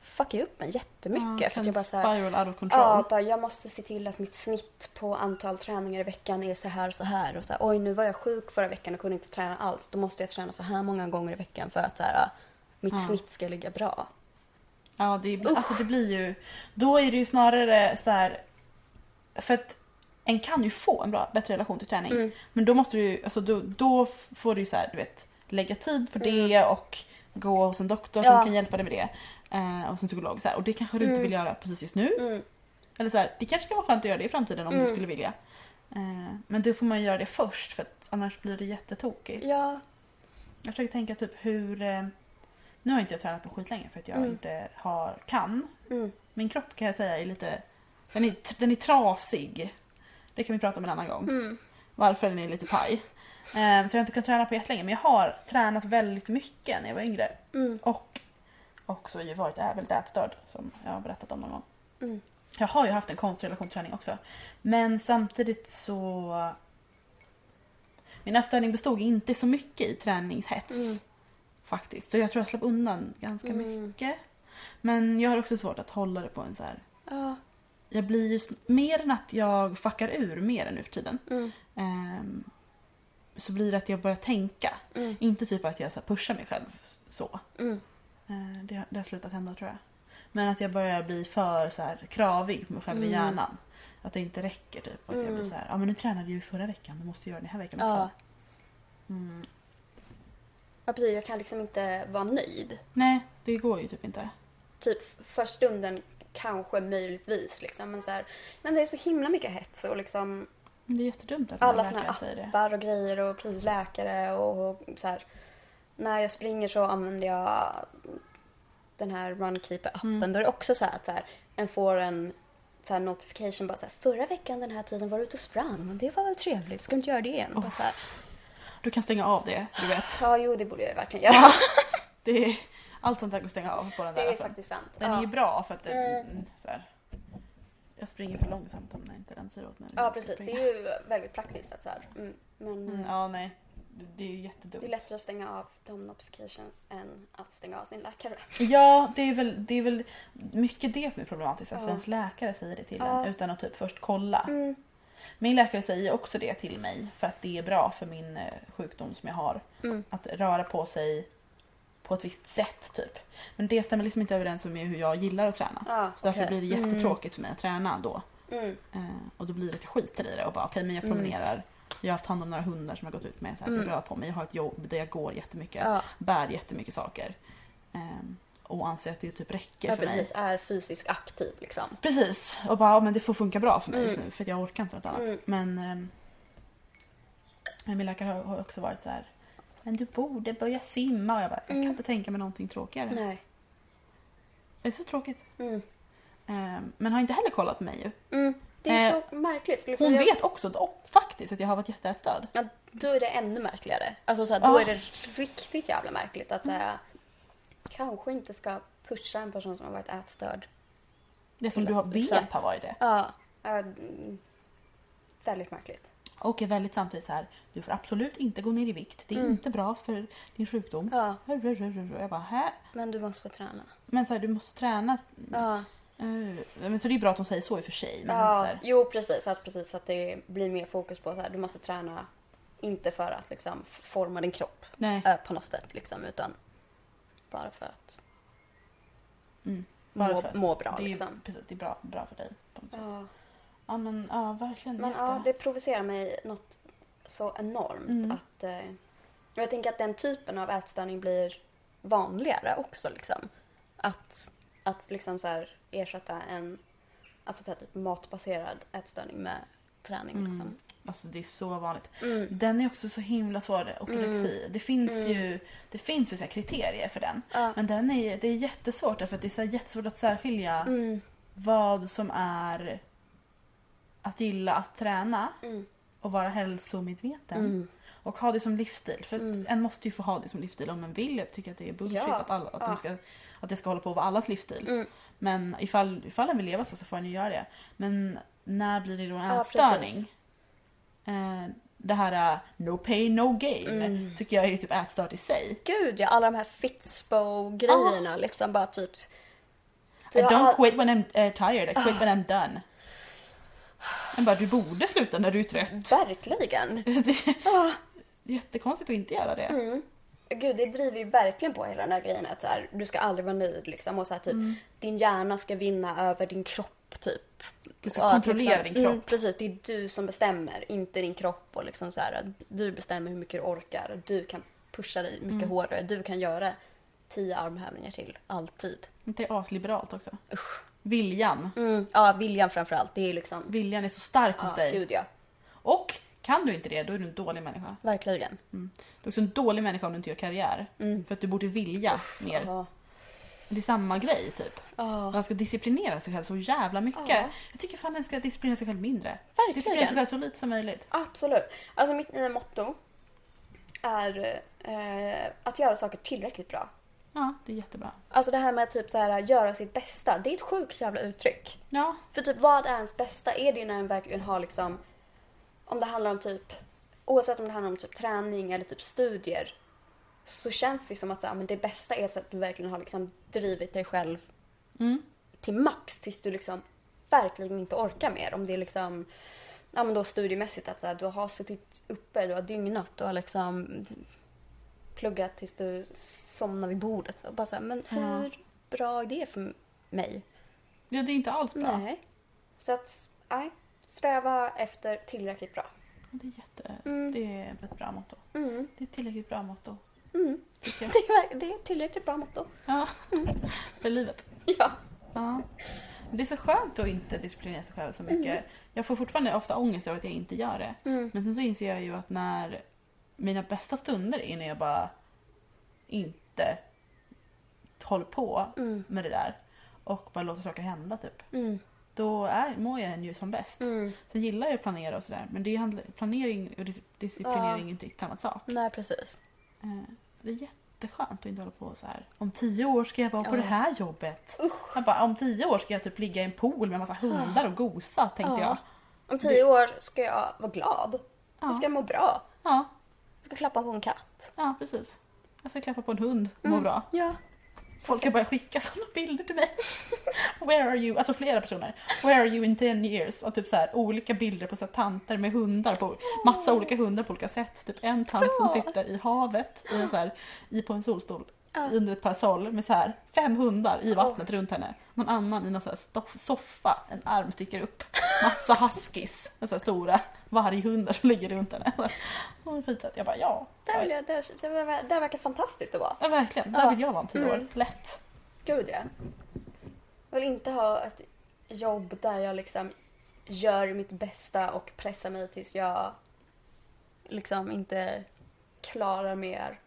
Speaker 4: fuckar ju upp mig jättemycket.
Speaker 3: Ja,
Speaker 4: för
Speaker 3: kan
Speaker 4: att jag bara så här,
Speaker 3: spiral out of control.
Speaker 4: Ja, bara, jag måste se till att mitt snitt på antal träningar i veckan är så här och så här. Och så här Oj, nu var jag sjuk förra veckan och kunde inte träna alls. Då måste jag träna så här många gånger i veckan för att så här, äh, mitt
Speaker 3: Ja.
Speaker 4: snitt ska ligga bra.
Speaker 3: Ja, det, alltså det blir ju... Då är det ju snarare så här... För att en kan ju få en bra, bättre relation till träning.
Speaker 4: Mm.
Speaker 3: Men då måste du ju, alltså då, då får du ju så här, du vet, lägga tid på det och gå hos en doktor som
Speaker 4: Mm. Ja.
Speaker 3: kan hjälpa dig med det. Eh, och sen psykolog så här. Och det kanske du inte
Speaker 4: Mm.
Speaker 3: vill göra precis just nu.
Speaker 4: Mm.
Speaker 3: Eller så här, det kanske kan vara skönt att göra det i framtiden om du
Speaker 4: Mm.
Speaker 3: skulle vilja. Eh, men då får man ju göra det först för att annars blir det jättetokigt.
Speaker 4: Ja.
Speaker 3: Jag försöker tänka typ hur... eh, Nu har inte jag tränat på skit länge för att jag
Speaker 4: Mm.
Speaker 3: inte har, kan.
Speaker 4: Mm.
Speaker 3: Min kropp kan jag säga är lite... Den är, den är trasig. Det kan vi prata om en annan gång.
Speaker 4: Mm.
Speaker 3: Varför den är lite paj. Eh, Så jag har inte kunnat träna på jättelänge men jag har tränat väldigt mycket när jag var yngre.
Speaker 4: Mm.
Speaker 3: Och också ju varit ä- väldigt ätstörd som jag har berättat om någon gång.
Speaker 4: Mm.
Speaker 3: Jag har ju haft en konstig relation till träning också. Men samtidigt så... Min ätstörning bestod inte så mycket i träningshets.
Speaker 4: Mm.
Speaker 3: Faktiskt. Så jag tror jag slapp undan ganska
Speaker 4: Mm.
Speaker 3: mycket. Men jag har också svårt att hålla det på en så här...
Speaker 4: Ja.
Speaker 3: Jag blir just mer än att jag fuckar ur mer än nu för tiden.
Speaker 4: Mm.
Speaker 3: ehm, så blir det att jag börjar tänka.
Speaker 4: Mm.
Speaker 3: Inte typ att jag så här pushar mig själv så.
Speaker 4: Mm.
Speaker 3: Eh, Det, det har slutat hända tror jag. Men att jag börjar bli för så här, kravig på mig själv i
Speaker 4: Mm.
Speaker 3: hjärnan. Att det inte räcker typ. Och att jag
Speaker 4: Mm.
Speaker 3: blir så här, ja men nu tränade jag ju förra veckan, du måste jag göra det den här veckan
Speaker 4: Ja.
Speaker 3: också. Mm.
Speaker 4: ja, precis. Jag kan liksom inte vara nöjd.
Speaker 3: Nej, det går ju typ inte.
Speaker 4: Typ för stunden kanske möjligtvis liksom. Men, så här, men det är så himla mycket hets och liksom
Speaker 3: Det är jättedumt att
Speaker 4: Alla
Speaker 3: man
Speaker 4: såna
Speaker 3: verkligen
Speaker 4: här
Speaker 3: säger det.
Speaker 4: appar och grejer och precis läkare och, och så här. När jag springer så använder jag den här Runkeeper-appen.
Speaker 3: Mm.
Speaker 4: Då är det också så här att så här, en får en så här notification bara så här, förra veckan den här tiden var du ute och sprang och det var väl trevligt, ska du inte göra det igen? Bara så här,
Speaker 3: Du kan stänga av det så du vet.
Speaker 4: ja, jo det borde jag ju
Speaker 3: [LAUGHS]
Speaker 4: verkligen göra.
Speaker 3: Det är, allt sånt där går att stänga av på den
Speaker 4: det
Speaker 3: där
Speaker 4: är
Speaker 3: appen.
Speaker 4: faktiskt sant.
Speaker 3: Den
Speaker 4: ja.
Speaker 3: är ju bra för att det,
Speaker 4: Mm.
Speaker 3: mm, så här. Jag springer för långsamt om den inte den säger åt mig. hur
Speaker 4: ja,
Speaker 3: jag ska
Speaker 4: precis. Det
Speaker 3: springa.
Speaker 4: är ju väldigt praktiskt att så här. Mm, men
Speaker 3: Mm,
Speaker 4: eh,
Speaker 3: ja, nej. Det, det är
Speaker 4: det är
Speaker 3: jättedumt.
Speaker 4: lättare att stänga av de notifications än att stänga av sin läkare.
Speaker 3: Ja, det är, väl, det är väl mycket det som är problematiskt. Att
Speaker 4: Ja.
Speaker 3: ens läkare säger det till
Speaker 4: Ja.
Speaker 3: en utan att typ först kolla.
Speaker 4: Mm,
Speaker 3: Min läkare säger också det till mig för att det är bra för min eh, sjukdom som jag har.
Speaker 4: Mm.
Speaker 3: Att röra på sig på ett visst sätt typ. Men det stämmer liksom inte överens med hur jag gillar att träna.
Speaker 4: ja,
Speaker 3: Så därför
Speaker 4: okej.
Speaker 3: blir det jättetråkigt för mig att träna då.
Speaker 4: Mm,
Speaker 3: Eh, och då blir det ett skit i det och bara okej men jag
Speaker 4: Mm.
Speaker 3: promenerar. Jag har haft hand om några hundar som jag har gått ut med. Så här,
Speaker 4: Mm.
Speaker 3: Jag rör på mig, jag har ett jobb där jag går jättemycket.
Speaker 4: ja.
Speaker 3: Bär jättemycket saker. Ehm, och anser att det typ räcker
Speaker 4: ja,
Speaker 3: för mig.
Speaker 4: precis. Är fysiskt aktiv liksom.
Speaker 3: Precis, och bara ja, men det får funka bra för mig
Speaker 4: Mm.
Speaker 3: just nu för att jag orkar inte något annat.
Speaker 4: Mm.
Speaker 3: Men ehm, min läkare har, har också varit så här. Men du borde börja simma och jag bara, jag
Speaker 4: Mm.
Speaker 3: kan inte tänka mig någonting tråkigare.
Speaker 4: Nej.
Speaker 3: Det är så tråkigt.
Speaker 4: Mm.
Speaker 3: Ehm, men har inte heller kollat på mig ju.
Speaker 4: Mm. Det är
Speaker 3: Eh,
Speaker 4: så märkligt. liksom.
Speaker 3: Hon
Speaker 4: Jag-
Speaker 3: vet också dock, faktiskt att jag har varit jätteätstörd.
Speaker 4: Ja, då är det ännu märkligare. Alltså, så här, då
Speaker 3: Ah.
Speaker 4: är det riktigt jävla märkligt att säga kanske inte ska pusha en person som har varit ätstörd.
Speaker 3: Det som du har- vet
Speaker 4: Exakt.
Speaker 3: har varit det.
Speaker 4: Ja. ja, mm, väldigt märkligt.
Speaker 3: Och är väldigt samtidigt så här, du får absolut inte gå ner i vikt. Det är
Speaker 4: Mm.
Speaker 3: inte bra för din sjukdom.
Speaker 4: Ja,
Speaker 3: Och jag bara, hä?
Speaker 4: men du måste få träna.
Speaker 3: Men så här, du måste träna.
Speaker 4: Ja,
Speaker 3: Eh, Men så det är bra att hon säger så i och för sig. Men Mm, så
Speaker 4: Mm. ja.
Speaker 3: här,
Speaker 4: Jo, precis. Så att, precis så att det blir mer fokus på att du måste träna. Inte för att liksom, f- forma din kropp
Speaker 3: nej.
Speaker 4: eh, på något sätt. Liksom, utan bara för att
Speaker 3: Mm. Bara
Speaker 4: må,
Speaker 3: för att
Speaker 4: må bra.
Speaker 3: det är,
Speaker 4: liksom.
Speaker 3: Precis, det är bra, bra för dig. På något sätt.
Speaker 4: Ja.
Speaker 3: Ja men ja, verkligen.
Speaker 4: Men
Speaker 3: jätte-
Speaker 4: ja, det provocerar mig något så enormt
Speaker 3: Mm.
Speaker 4: att... Eh, och jag tänker att den typen av ätstörning blir vanligare också liksom. Att, att liksom så här ersätta en alltså så här typ matbaserad ätstörning med träning
Speaker 3: Mm.
Speaker 4: liksom.
Speaker 3: Alltså det är så vanligt.
Speaker 4: Mm.
Speaker 3: Den är också så himla svår, ortorexi. Det finns
Speaker 4: Mm.
Speaker 3: ju, det finns ju så här kriterier för den.
Speaker 4: Ja.
Speaker 3: Men den är, det är jättesvårt därför att det är så här jättesvårt att särskilja
Speaker 4: Mm.
Speaker 3: vad som är att gilla att träna
Speaker 4: Mm.
Speaker 3: och vara hälsomedveten.
Speaker 4: Mm.
Speaker 3: Och ha det som livsstil. För att
Speaker 4: Mm.
Speaker 3: en måste ju få ha det som livsstil om en vill. Jag tycker att det är bullshit
Speaker 4: Ja.
Speaker 3: att, alla, att,
Speaker 4: Ja.
Speaker 3: de ska, att det ska hålla på att vara allas livsstil.
Speaker 4: Mm.
Speaker 3: Men ifall, ifall en vill leva så så får en ju göra det. Men när blir det då en
Speaker 4: Ja,
Speaker 3: ätstörning? Eh, det här eh, no pain no gain
Speaker 4: Mm.
Speaker 3: tycker jag är ju typ ätstört i sig.
Speaker 4: Gud ja, alla de här Fitzbo-grejerna liksom bara typ...
Speaker 3: I
Speaker 4: Det var
Speaker 3: don't
Speaker 4: all-
Speaker 3: quit when I'm eh, tired, I quit when I'm done.
Speaker 4: Ah.
Speaker 3: Men bara du borde sluta när du är trött.
Speaker 4: Verkligen.
Speaker 3: [LAUGHS] Det är
Speaker 4: Ah.
Speaker 3: jättekonstigt att inte göra det.
Speaker 4: Mm. Gud, det driver ju verkligen på hela den här grejen att så här, du ska aldrig vara nöjd liksom. Och så här,
Speaker 3: Mm.
Speaker 4: typ, din hjärna ska vinna över din kropp typ.
Speaker 3: Du ska
Speaker 4: Och att
Speaker 3: kontrollera din kropp.
Speaker 4: Mm, precis, det är du som bestämmer, inte din kropp. Och liksom så här, att du bestämmer hur mycket du orkar. Du kan pusha dig mycket
Speaker 3: Mm.
Speaker 4: hårdare. Du kan göra tio armhävningar till, alltid.
Speaker 3: Det är asliberalt också. Viljan.
Speaker 4: Mm. Ja, viljan framförallt. Det är liksom...
Speaker 3: Viljan är så stark hos
Speaker 4: Ja,
Speaker 3: dig.
Speaker 4: gud ja.
Speaker 3: Och kan du inte det, då är du en dålig människa.
Speaker 4: Verkligen.
Speaker 3: Du är också en dålig människa om du inte gör karriär. För att du borde vilja mer.
Speaker 4: Ja.
Speaker 3: Det är samma grej typ.
Speaker 4: Ja.
Speaker 3: Man ska disciplinera sig själv så jävla mycket.
Speaker 4: Ja.
Speaker 3: Jag tycker fan den ska disciplinera sig själv mindre.
Speaker 4: Verkligen.
Speaker 3: Disciplinera sig själv så lite som möjligt.
Speaker 4: Absolut. Alltså mitt nya motto är eh, att göra saker tillräckligt bra.
Speaker 3: Ja, det är jättebra.
Speaker 4: Alltså det här med typ så här, göra sitt bästa, det är ett sjukt jävla uttryck.
Speaker 3: Ja,
Speaker 4: För typ vad är ens bästa? Är det ju när en verkligen har liksom, om det handlar om typ, oavsett om det handlar om typ träning eller typ studier, så känns det som att så här, men det bästa är så att du verkligen har liksom drivit dig själv
Speaker 3: Mm.
Speaker 4: till max tills du liksom verkligen inte orkar mer. Om det är liksom, ja men då studiemässigt att så här, du har suttit uppe, du har dygnat, du har liksom pluggat tills du somnar vid bordet. Och bara så här, men
Speaker 3: Ja.
Speaker 4: hur bra är det för mig?
Speaker 3: ja det är inte alls bra.
Speaker 4: Nej. Så att, nej. Sträva efter tillräckligt bra.
Speaker 3: Det är, jätte...
Speaker 4: Mm.
Speaker 3: det är ett bra motto.
Speaker 4: Mm.
Speaker 3: Det är ett tillräckligt bra motto.
Speaker 4: Mm.
Speaker 3: tycker
Speaker 4: [LAUGHS]
Speaker 3: jag.
Speaker 4: Det, är, verk- det är ett tillräckligt bra motto. [LAUGHS]
Speaker 3: Ja. För livet.
Speaker 4: Ja.
Speaker 3: Ja. Men Det är så skönt att inte disciplinera sig själv så mycket. Jag får fortfarande ofta ångest över att jag inte gör det.
Speaker 4: Mm.
Speaker 3: Men sen så inser jag ju att när mina bästa stunder är när jag bara inte håller på
Speaker 4: Mm.
Speaker 3: med det där och bara låter saker hända typ.
Speaker 4: Mm.
Speaker 3: Då är, mår jag ju som bäst.
Speaker 4: Mm.
Speaker 3: Sen gillar jag att planera och sådär men det handlar, planering och dis- disciplinering är inte samma sak.
Speaker 4: Nej, precis.
Speaker 3: Eh, Det är jätteskönt att inte hålla på så här. Om tio år ska jag vara på
Speaker 4: Ja.
Speaker 3: det här jobbet. Jag bara, om tio år ska jag typ ligga i en pool med
Speaker 4: Ah.
Speaker 3: en massa hundar och gosa tänkte
Speaker 4: Ja.
Speaker 3: jag.
Speaker 4: Om tio år ska jag vara glad. Jag ska må bra.
Speaker 3: Ja,
Speaker 4: Jag ska klappa på en katt.
Speaker 3: ja precis. Jag ska klappa på en hund och må
Speaker 4: Mm.
Speaker 3: bra.
Speaker 4: Ja.
Speaker 3: Folk har börjat skicka [LAUGHS] sådana bilder till mig. Where are you? Alltså flera personer. Where are you in 10 years? Och typ så här, olika bilder på så här, tanter med hundar. På, massa olika hundar på olika sätt. Typ en tant som
Speaker 4: Ah. Bra.
Speaker 3: sitter i havet i en så här, i, på en solstol
Speaker 4: Ja.
Speaker 3: under ett parasoll med så här, fem hundar i vattnet runt henne. Någon annan i någon så här stoff, soffa, en arm sticker upp. Massa huskies, så här stora varghundar som ligger runt henne. [LAUGHS] Och fint sätt. Jag bara ja.
Speaker 4: Där, vill jag, där, där, ver- där verkar fantastiskt att vara.
Speaker 3: Ja, verkligen, där
Speaker 4: Ja.
Speaker 3: vill jag vara om tio år.
Speaker 4: Mm.
Speaker 3: Lätt.
Speaker 4: Gud ja. Jag vill inte ha ett jobb där jag liksom gör mitt bästa och pressar mig tills jag liksom inte klarar mer.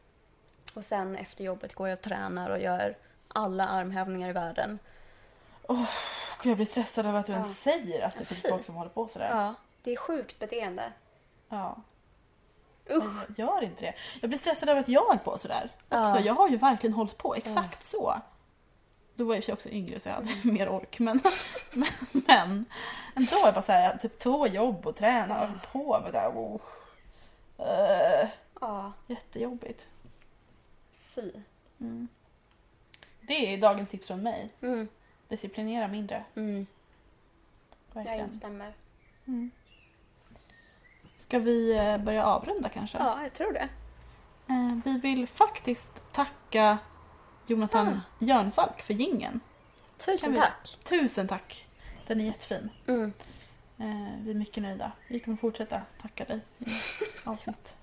Speaker 4: Och sen efter jobbet går jag och tränar och gör alla armhävningar i världen.
Speaker 3: Gud, jag blir stressad över att du
Speaker 4: Ja.
Speaker 3: ens säger att det
Speaker 4: Ja,
Speaker 3: finns
Speaker 4: fy.
Speaker 3: folk som håller på sådär. Ja.
Speaker 4: Ja. Det är sjukt beteende.
Speaker 3: Men
Speaker 4: Usch.
Speaker 3: Jag gör inte det. Jag blir stressad över att jag höll på sådär.
Speaker 4: Ja.
Speaker 3: Också, jag har ju verkligen hållit på exakt så. Då var jag i och för sig också yngre så jag hade [LAUGHS] mer ork. Men, men, men ändå är jag bara såhär, jag har typ två jobb och tränar och håller på med det här. Oh. Eh,
Speaker 4: Ja,
Speaker 3: jättejobbigt.
Speaker 4: fy.
Speaker 3: Mm. Det är dagens tips från mig.
Speaker 4: Mm.
Speaker 3: Disciplinera mindre.
Speaker 4: Mm. Jag
Speaker 3: Verkligen.
Speaker 4: instämmer.
Speaker 3: Ska vi eh, börja avrunda kanske?
Speaker 4: Ja, jag tror det.
Speaker 3: Eh, Vi vill faktiskt tacka Jonathan Jörnfalk för gingen. Kan
Speaker 4: Ah. Tusen
Speaker 3: vi-
Speaker 4: tack.
Speaker 3: Tusen tack! Den är jättefin.
Speaker 4: Mm.
Speaker 3: Eh, Vi är mycket nöjda. Vi kommer fortsätta tacka dig i
Speaker 4: [LAUGHS]
Speaker 3: avsnitt.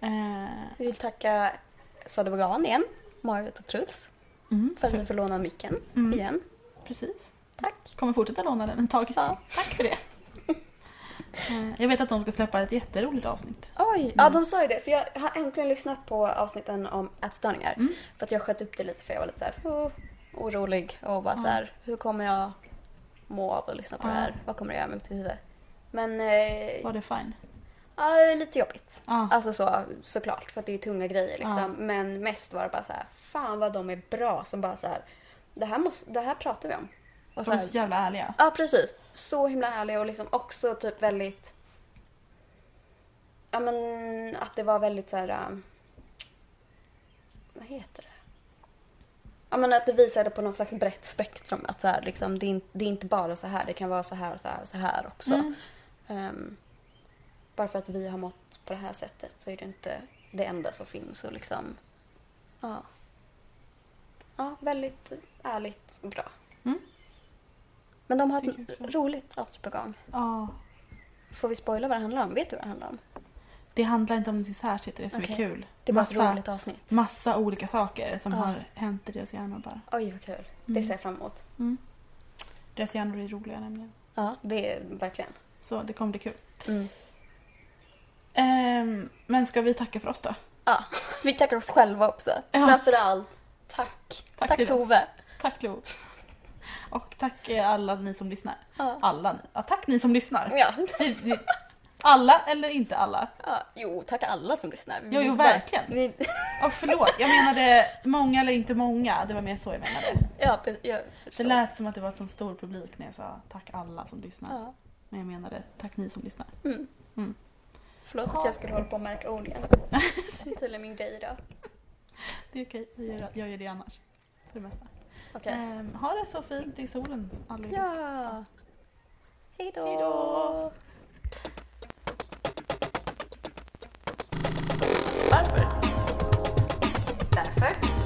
Speaker 3: Eh,
Speaker 4: Vi vill tacka Sade Vegan igen, Marit och Truls,
Speaker 3: Mm,
Speaker 4: för att vi får låna micken
Speaker 3: Mm.
Speaker 4: igen.
Speaker 3: precis.
Speaker 4: Tack.
Speaker 3: Kommer fortsätta låna den ett tag.
Speaker 4: Ja.
Speaker 3: Tack för det. [LAUGHS] Eh, Jag vet att de ska släppa ett jätteroligt avsnitt.
Speaker 4: Oj! Ja, de sa ju det. För jag har äntligen lyssnat på avsnitten om ätstörningar.
Speaker 3: Mm.
Speaker 4: För att jag sköt upp det lite för jag var lite så här, oh, orolig och bara så här, hur kommer jag må av att lyssna på
Speaker 3: Ja.
Speaker 4: det här? Vad kommer jag göra med mitt huvud? Men eh,
Speaker 3: Var det fine?
Speaker 4: ja, det är lite jobbigt.
Speaker 3: Ja.
Speaker 4: Alltså så, såklart, för att det är ju tunga grejer liksom.
Speaker 3: Ja.
Speaker 4: Men mest var det bara så här, fan vad de är bra som bara så här, det här, måste, det här pratar vi om. Och
Speaker 3: De
Speaker 4: Alltså, så
Speaker 3: är
Speaker 4: här,
Speaker 3: så jävla ärliga.
Speaker 4: Ja, precis. Så himla härlig och liksom också typ väldigt... Ja, men att det var väldigt så här... äh, Vad heter det? Ja, men att det visade på något slags brett spektrum. Att så här, liksom, det, är, in- det är inte bara så här, det kan vara så här och så här och så här också.
Speaker 3: Mm.
Speaker 4: Ehm, bara för att vi har mått på det här sättet så är det inte det enda som finns. Och liksom, Ja. Ja, väldigt ärligt och bra.
Speaker 3: Mm.
Speaker 4: Men de har
Speaker 3: Tycker jag
Speaker 4: ett
Speaker 3: också.
Speaker 4: roligt avsnitt på gång. Får vi spoila vad det handlar om? Vet du vad det handlar om?
Speaker 3: Det handlar inte om någonting särskilt, det är det som
Speaker 4: Okej.
Speaker 3: är kul.
Speaker 4: Det är bara ett
Speaker 3: massa,
Speaker 4: roligt avsnitt.
Speaker 3: massa olika saker som
Speaker 4: Ja.
Speaker 3: har hänt i deras hjärna bara.
Speaker 4: Oj, vad kul. Det
Speaker 3: Mm.
Speaker 4: ser jag fram emot.
Speaker 3: Deras hjärnor är roliga nämligen.
Speaker 4: Ja, det är verkligen.
Speaker 3: Så det kommer bli kul.
Speaker 4: Mm.
Speaker 3: Ehm, men ska vi tacka för oss då?
Speaker 4: Ja, vi tackar oss själva också.
Speaker 3: Ja.
Speaker 4: Framförallt, tack. Tack,
Speaker 3: till oss.
Speaker 4: Tove.
Speaker 3: Tack Lo. Och tack eh, alla ni som lyssnar.
Speaker 4: Ja.
Speaker 3: Alla ni. Ja, tack ni som lyssnar.
Speaker 4: Ja.
Speaker 3: Vi- vi- Alla eller inte alla?
Speaker 4: ja. Jo, tack alla som lyssnar. Vi
Speaker 3: Jo, jo,
Speaker 4: vill Mm, bara-
Speaker 3: verkligen.
Speaker 4: Vi...
Speaker 3: Oh, förlåt, jag menade många eller inte många. Det var mer så jag menade.
Speaker 4: Ja, pre- jag
Speaker 3: Det
Speaker 4: förstår.
Speaker 3: lät som att det var en sån stor publik när jag sa tack alla som lyssnar.
Speaker 4: Ja.
Speaker 3: Men jag menade tack ni som lyssnar.
Speaker 4: Mm.
Speaker 3: Mm.
Speaker 4: Förlåt att jag skulle hålla på och märka ord
Speaker 3: [LAUGHS]
Speaker 4: igen. Det är tydligen min grej idag.
Speaker 3: Det är okej, jag gör, jag gör det annars. För det mesta.
Speaker 4: Okej.
Speaker 3: Ehm, ha det så fint i solen allihop.
Speaker 4: Ja. Hej då.
Speaker 3: Hej då.
Speaker 1: Varför?
Speaker 2: Därför.